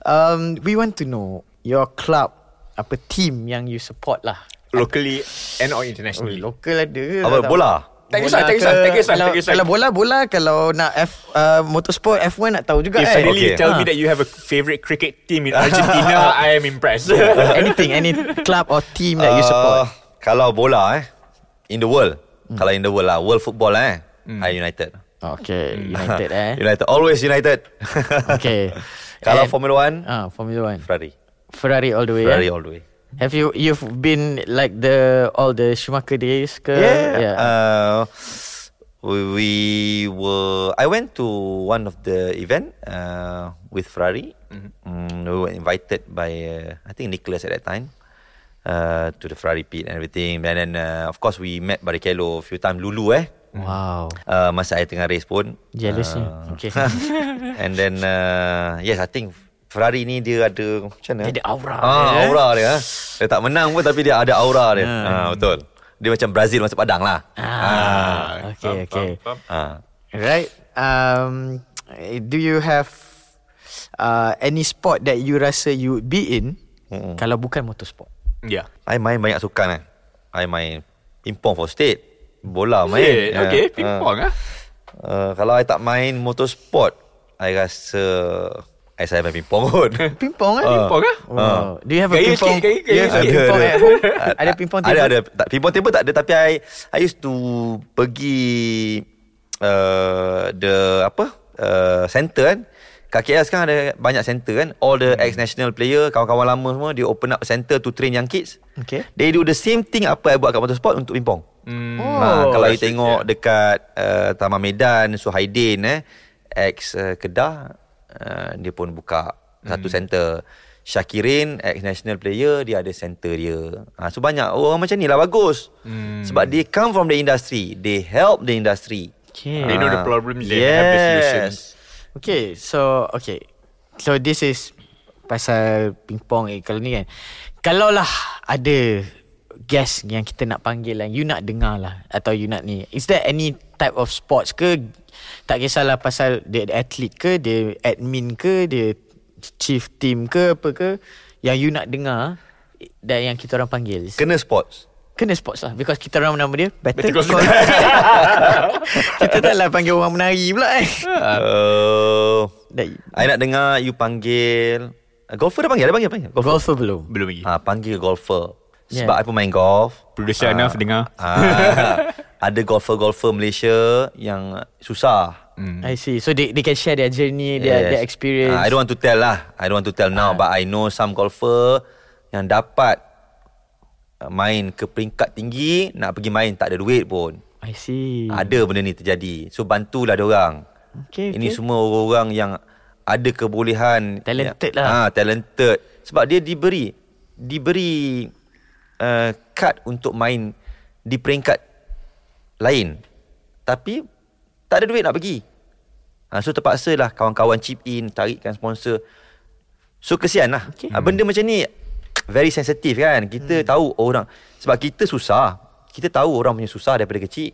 A: Um we want to know your club apa team yang you support lah.
B: Locally and or internationally.
A: Local ada ke
C: Hmm. Apa
A: tak tahu.
C: bola
B: Tak kisah,
A: Bola
B: tak kisah,
A: ke-
B: tak kisah,
A: kalau,
B: tak kisah.
A: Kalau bola, bola Kalau nak F, uh, motorsport F1 nak tahu juga
B: If
A: kan
B: suddenly you
C: Okay.
B: tell me
A: Ah.
B: that you have a favorite cricket team in Argentina, I am impressed. Wait,
A: Anything Any club or team That you support
C: Uh, Kalau bola eh In the world Kalau in the world lah World football lah eh
A: Hmm.
C: I United
A: Okay
C: Hmm.
A: United
C: [laughs]
A: eh
C: United Always United [laughs]
A: Okay
C: Kalau
A: And-
C: Formula 1
A: Ah, Formula 1
C: Ferrari
A: Ferrari all the way
C: Ferrari
A: eh?
C: all the way
A: Have you You've been Like the All the Schumacher days ke yeah.
C: Uh, we, we were. I went to one of the event uh, with Ferrari.
A: Mm-hmm.
C: Mm, we were invited by uh, I think Nicholas at that time uh, to the Ferrari pit and everything. And then uh, of course we met Barrichello a few times. Lulu eh.
A: Wow
C: Uh, masa saya tengah race pun
A: Jealous ni.
C: uh. [laughs]
A: Okay. [laughs]
C: And then uh, Yes I think Ferrari ni dia ada Macam mana
A: Dia ada aura
C: ah,
A: dia, eh? Hmm.
C: Aura dia eh? Dia tak menang pun Tapi dia ada aura dia ah, Betul Dia macam Brazil Masuk padang lah
A: ah, Okay okay
C: ah.
A: Right um, Do you have uh, Any sport That you rasa You would be in mm Kalau bukan motorsport
B: Yeah.
C: I main banyak sukan eh. I main Pingpong for state Bola main
B: Okay,
C: Ya.
B: okay, ping pong ah.
C: Ah. Ah, Kalau I tak main Motorsport I rasa I saya main pingpong [laughs] pun
A: Pingpong
C: Uh.
A: kan
B: Ping pong ah.
A: Wow. Do you have a
B: Gaya
A: pingpong?
B: sikit, gaya- gaya
A: you have a
B: sikit.
A: pingpong
C: ada.
A: at
C: [laughs]
A: home?
C: Ah,
A: Ada pingpong table?
C: Ada ada tak, Pingpong table tak ada Tapi I I used to Pergi uh, The Apa uh, Center kan Kat KL sekarang ada banyak center kan All the
A: Hmm.
C: ex-national player Kawan-kawan lama semua Dia open up center to train young kids
A: Okay.
C: They do the same thing Apa I buat kat motorsport Untuk pingpong
B: Hmm.
A: Oh.
C: Ha, kalau you
B: Asyik,
C: tengok dekat uh, Taman Medan, Suhaidin eh, ex uh, Kedah, uh, dia pun buka satu
A: Hmm.
C: center. Syakirin, ex national player, dia ada center dia. Ha, so banyak orang macam ni lah bagus.
A: Hmm.
C: Sebab they come from the industry, they help the industry.
A: Okay.
B: They know the
C: Ah.
B: problems, they have the solutions.
A: Okay, so okay. So this is pasal pingpong eh kalau ni kan. Kalau lah ada guest yang kita nak panggil lah, you nak dengar lah atau you nak ni. Is there any type of sports ke? Tak kisahlah pasal dia atlet ke, dia admin ke, dia chief team ke apa ke yang you nak dengar dan yang kita orang panggil.
C: Kena sports.
A: Kena sports lah Because kita orang nama dia Better,
B: Better Call
A: Call [laughs] Kita taklah panggil orang menari pula
B: [laughs]
A: eh
C: Uh,
A: Dah-
C: I nak dengar you panggil golfer dah panggil, dah panggil, panggil. Golfer.
A: Golfer belum
B: Belum lagi.
C: Ha, panggil golfer.
A: Yeah.
C: Sebab I pun main golf.
B: Producer Anaf dengar.
C: Ah, [laughs] ada golfer-golfer Malaysia yang susah.
A: I see So they, they can share their journey Their,
C: Yes.
A: their experience
C: Ah, I don't want to tell lah. I don't want to tell now but I know some golfer yang dapat ah, main ke peringkat tinggi nak pergi main tak ada duit pun.
A: I see
C: Ada benda ni terjadi. So bantulah dia orang.
A: Okay,
C: Ini
A: okay.
C: semua orang-orang yang ada kebolehan
A: Talented
C: Ya.
A: lah.
C: Ah, talented. Sebab dia diberi diberi uh, kad untuk main di peringkat lain. Tapi tak ada duit nak pergi. Ah, so terpaksa lah kawan-kawan chip in, tarikkan sponsor. So kesian lah.
A: Okay.
C: Okay. Ah, benda macam ni very sensitif kan. Kita hmm. tahu orang sebab kita susah. Kita tahu orang punya susah daripada kecil.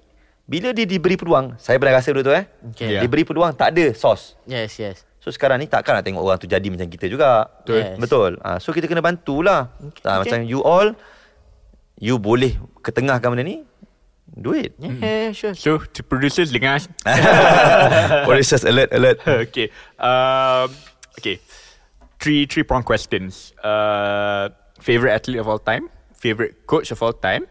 C: Bila dia diberi peluang, saya pernah rasa dulu tu eh.
A: Okay.
C: Okay.
B: Yeah.
C: Diberi peluang tak ada sos.
A: Yes yes
C: So sekarang ni takkan nak tengok orang tu jadi macam kita juga.
A: Betul. Yes.
C: Betul. Ha, so kita kena bantulah.
A: Okay.
C: Okay. Ha, macam you all you boleh ketengahkan benda ni duit. [laughs]
A: Yeah yeah, sure
B: So, to producers dengar.
C: Producers alert alert. [laughs]
B: okay. Um, okay. Three three prong questions. Uh, favorite athlete of all time, favorite coach of all time,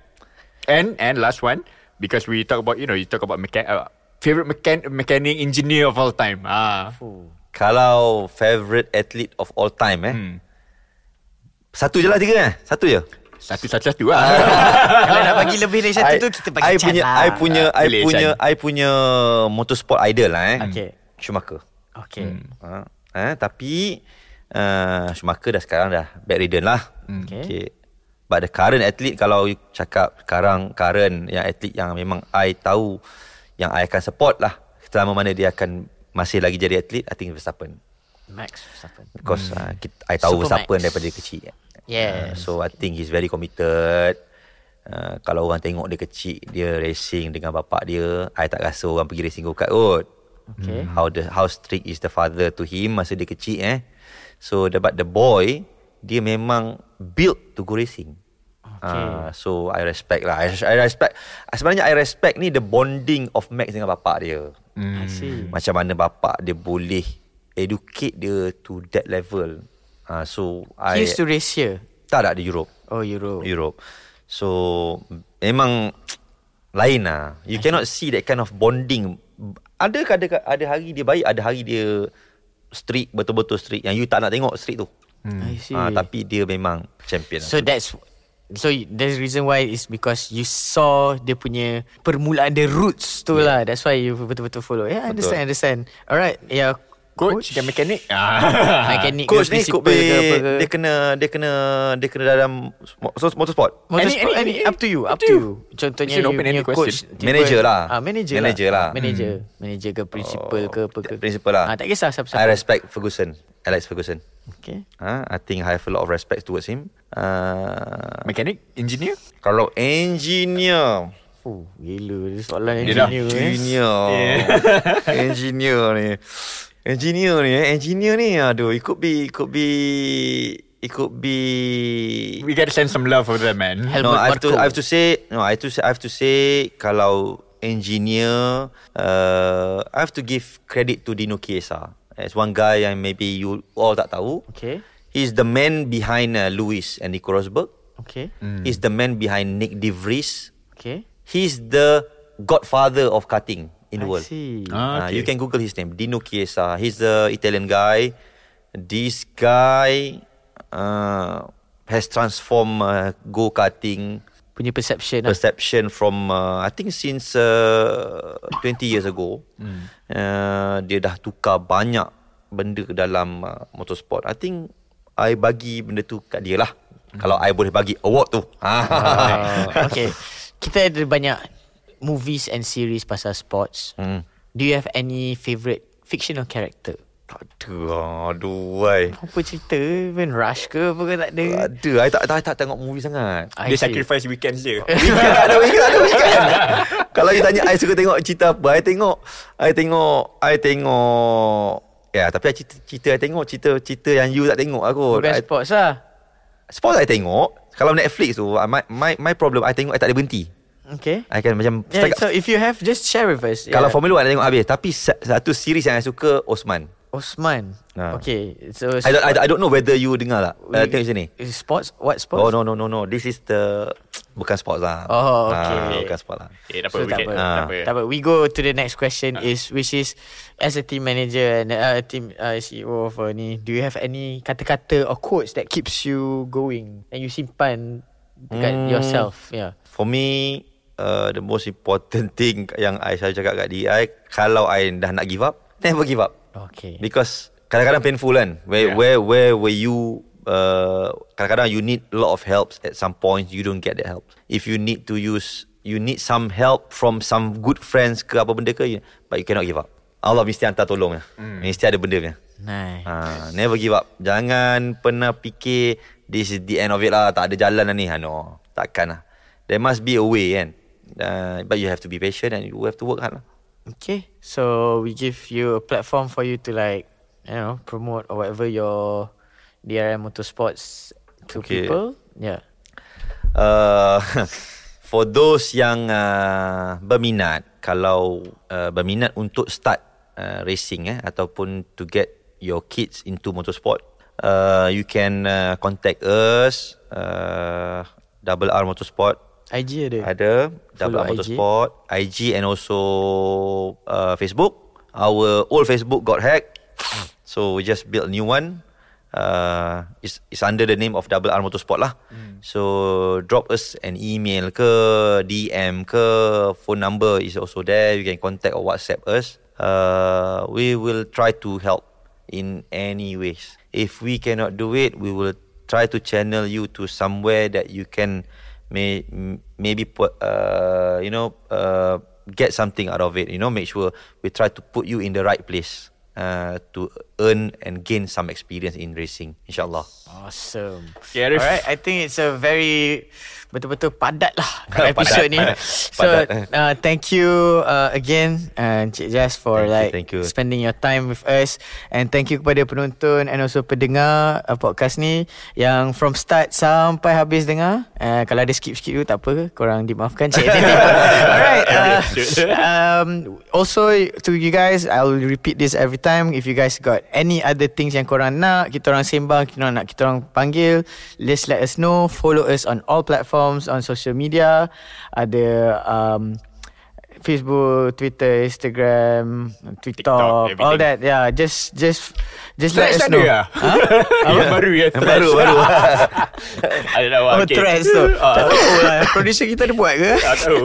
B: and and last one because we talk about you know you talk about mechan- uh, favorite mechan- mechanic engineer of all time. Ah,
C: Kalau favorite athlete of all time eh. Hmm. Satu je lah tiga eh. Satu je.
B: satu satu satu ah.
A: [laughs] Kalau nak bagi lebih dari satu
C: I-
A: tu Kita bagi
C: I
A: Chan
C: punya,
A: lah
C: I punya I
B: Pilih
C: punya I punya motorsport idol lah eh.
A: Okay.
C: Schumacher.
A: Okay
B: Hmm.
C: Ha, eh, tapi uh, Schumacher dah sekarang dah bedridden lah.
A: Okay.
C: But the current athlete kalau you cakap sekarang current yang athlete yang memang I tahu yang I akan support lah. Selama mana dia akan masih lagi jadi athlete, I think Verstappen.
A: Max Verstappen.
C: Because uh, kita, I
A: Supermax.
C: tahu Verstappen daripada kecil
A: Yes.
C: Ah, So I think he's very committed uh, Kalau orang tengok dia kecil Dia racing dengan bapak dia I tak rasa orang pergi racing go-kart kot Hmm.
A: Okay.
C: How the how strict is the father to him Masa dia kecil eh So the, but the boy Dia memang built to go racing
A: Okay.
C: Ah, so I respect lah I, I respect Sebenarnya I respect ni The bonding of Max dengan bapak dia
A: I see.
C: macam mana bapak dia boleh educate dia to that level. Uh, so
A: He
C: I
A: used to race here.
C: tak ada di Europe.
A: Oh, Euro.
C: Europe. So memang lain lah. You cannot see that kind of bonding. Ada ada ada hari dia baik, ada hari dia strict betul-betul strict yang you tak nak tengok strict tu.
A: I see.
C: Ah, tapi dia memang champion. lah.
A: Hmm. So that's so that's the reason why is because you saw dia punya permulaan the roots tu yeah. lah. That's why you betul-betul follow. Yeah, I understand, understand. Alright, yeah.
B: Coach, Ah. dan mekanik.
A: [laughs] mekanik ke,
C: coach ni
A: principal ke
C: coach
A: apa
C: dia,
A: ke.
C: dia kena dia kena dia kena dalam so, motorsport.
A: Motorsport,
B: Any-
A: any,
B: any-
A: up to you, up to you. Contohnya
B: You should
A: you
B: open any
A: punya coach.
B: question.
A: tiba-
C: Manager lah.
A: Ah, manager,
C: Manager
A: Ah,
C: lah.
A: Manager. Manager ke principal ke apa ke.
C: Principal lah.
A: Ah, tak kisah
C: I
A: siapa-siapa.
C: respect Ferguson. Alex Ferguson.
A: Okay.
C: Ah, I think I have a lot of respect towards him. Uh,
B: Mekanik, engineer.
C: kalau engineer,
A: Oh, gila. Dia soalan
B: Dia dah
A: engineer. eh.
C: engineer, [laughs] engineer ni, engineer ni, eh, engineer ni, aduh, it could be, it could be, it could be.
B: We gotta send some love for them, man.
A: Help.
C: No,
A: Albert
C: I have to,
A: Marco.
C: I have to say, no, I have to say, I have to say, kalau engineer, uh, I have to give credit to Dino Chiesa. As one guy yang maybe you all tak tahu.
A: Okay.
C: He's the man behind uh, Lewis and Nico Rosberg.
A: Okay.
C: He's the man behind Nick De Vries.
A: Okay.
C: He's the godfather of karting in the
A: I
C: world.
A: see.
B: Ah,
C: Ah,
B: okay.
C: you can Google his name, Dino Chiesa. He's the Italian guy. This guy uh, has transformed uh, go karting
A: Punya perception lah.
C: perception from uh, I think since uh, 20 years ago. Uh, dia dah tukar banyak benda ke dalam uh, motorsport. I think I bagi benda tu kat dia lah. Kalau I boleh bagi award tu.
A: Ah, [laughs] okay. Kita ada banyak movies and series pasal sports. Mm. Do you have any favourite fictional character?
C: [laughs] Tak ada lah. Aduh ai.
A: Apa cerita? Even Rush ke apa ke tak ada?
C: Tak ada. I tak, I tak tengok movie sangat.
A: I
B: Dia
A: see.
B: sacrifice weekends dia.
C: [laughs] Weekend tak ada weekend tak ada weekend. [laughs] Kalau you tanya I suka tengok cerita apa I tengok I tengok I tengok Ya yeah, tapi I cerita, cerita I tengok Cerita-cerita yang you tak tengok lah kot
A: Bukan
C: I,
A: sports lah.
C: Sports I tengok Kalau Netflix tu I- My my, my problem I tengok I tak ada berhenti
A: Okay.
C: I kan macam
A: Yeah,
C: setakat-
A: so if you have, just share with us.
C: Kalau
A: yeah.
C: Formula 1 I tengok habis Tapi sa- satu series yang I suka Osman
A: Osman.
C: Ah.
A: Okay. So
C: I don't, I, don't- I don't know whether you dengar tak uh, Tengok sini
A: Is Sports? What sports?
C: Oh no no no no This is the Bukan sports lah
A: Oh,
C: Ah,
A: okay.
C: Bukan sports lah
B: Eh, dapat
A: So, tak apa.
B: weekend.
C: Ah.
B: Dapat.
A: Tak apa. We go to the next question is which is as a team manager and uh, team uh, CEO of uh, ni, do you have any kata-kata or quotes that keeps you going and you simpan dekat
C: Hmm.
A: yourself? Yeah.
C: For me uh, The most important [laughs] thing Yang I selalu cakap kat diri I Kalau I dah nak give up Never give up
A: Okay.
C: Because Kadang-kadang painful kan Where
B: Yeah.
C: yeah. where, where were you uh, Kadang-kadang you need A lot of helps At some point You don't get that help If you need to use You need some help From some good friends Ke apa benda ke you, But you cannot give up Allah mesti hantar tolong mm. Mesti ada benda punya
A: Nice.
C: Ha, never give up. Jangan pernah fikir this is the end of it lah. Tak ada jalan lah ni. Ha, no. Takkan lah. There must be a way kan. Uh, but you have to be patient and you have to work hard lah.
A: Okay. So we give you a platform for you to like you know promote or whatever your DRM motorsports to
C: Okay.
A: people. Yeah.
C: Uh, [laughs] for those yang uh, berminat, kalau uh, berminat untuk start uh, racing eh, ataupun to get your kids into motorsport, uh, you can uh, contact us uh, Double R Motorsport
A: IG ada.
C: Ada
A: Follow
C: Double R
A: IG.
C: Motorsport IG and also uh, Facebook Our old Facebook got hacked So we just built a new one uh, it's, it's under the name of Double R Motorsport lah So drop us an email ke DM ke Phone number is also there You can contact or WhatsApp us uh, We will try to help in any ways If we cannot do it We will try to channel you to somewhere that you can may m- maybe put uh, you know uh, get something out of it you know make sure we try to put you in the right place uh, to earn and gain some experience in racing insyaallah
A: Awesome.
B: Okay, Arif.
A: Alright, I think it's a very betul-betul padat
C: [laughs]
A: lah episode ni.
C: Padat. eh.
A: So, uh, thank you uh, again uh, Encik Jazz for
C: Thank you,
A: like
C: thank you.
A: spending your time with us and thank you kepada penonton and also pendengar uh, podcast ni yang from start sampai habis dengar. Uh, kalau ada skip-skip tu tak apa, korang dimaafkan
C: [laughs]
A: Cik. Alright. Uh, [laughs] um, also to you guys, I'll repeat this every time. If you guys got any other things yang korang nak, kita orang sembang, kita orang nak kita orang panggil, just let us know. Follow us on all platforms on social media. Ada um, Facebook, Twitter, Instagram, TikTok, all
B: everything.
A: that. Yeah, just just just
B: Threads
A: let us
B: ada
A: know.
B: ya? [laughs]
A: Huh?
B: Yang baru ya Threads
C: baru baru
B: Ada dah
A: Oh,
B: okay.
A: threads tu.
B: Ah,
A: Tak tahu lah. Producer kita ada buat ke?
B: Tak tahu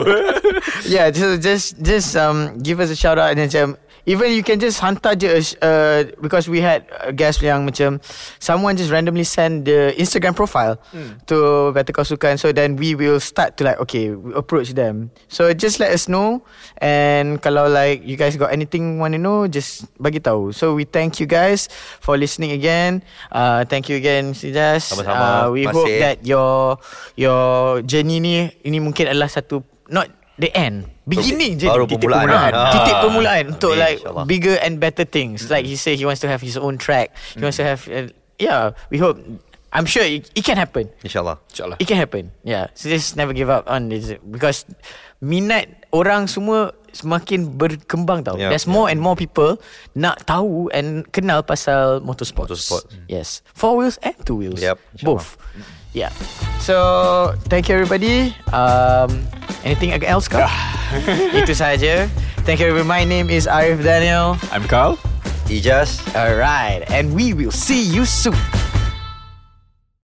A: yeah, just just just um give us a shout out and macam even you can just hantar je a sh- uh, because we had a guest yang macam someone just randomly send the Instagram profile
C: Hmm.
A: to Better Call Sukan so then we will start to like okay we approach them so just let us know and kalau like you guys got anything want to know just bagi tahu so we thank you guys for listening again uh, thank you again Mr. Jas uh,
C: Sama-sama.
A: we
C: Terima
A: hope
C: kasih.
A: that your your journey ni ini mungkin adalah satu not the end beginning je
C: Baru
A: titik
C: permulaan.
A: permulaan
C: Ah.
A: titik permulaan untuk
C: Amin,
A: like
C: insyaAllah. Hmm.
A: bigger and better things like he say he wants to have his own track he wants to have uh, yeah we hope I'm sure it, it can happen
C: insyaallah
B: InsyaAllah
A: it can happen yeah so just never give up on this because minat orang semua semakin berkembang tau
C: Yeah,
A: there's more and more people nak tahu and kenal pasal motorsports
C: Motorsports.
A: yes four wheels and two wheels
C: Yep, insyaAllah.
A: both yeah so thank you everybody um anything else
C: [laughs]
A: kah itu saja thank you everybody my name is Arif Daniel
B: I'm Carl
C: ijaz
A: alright and we will see you soon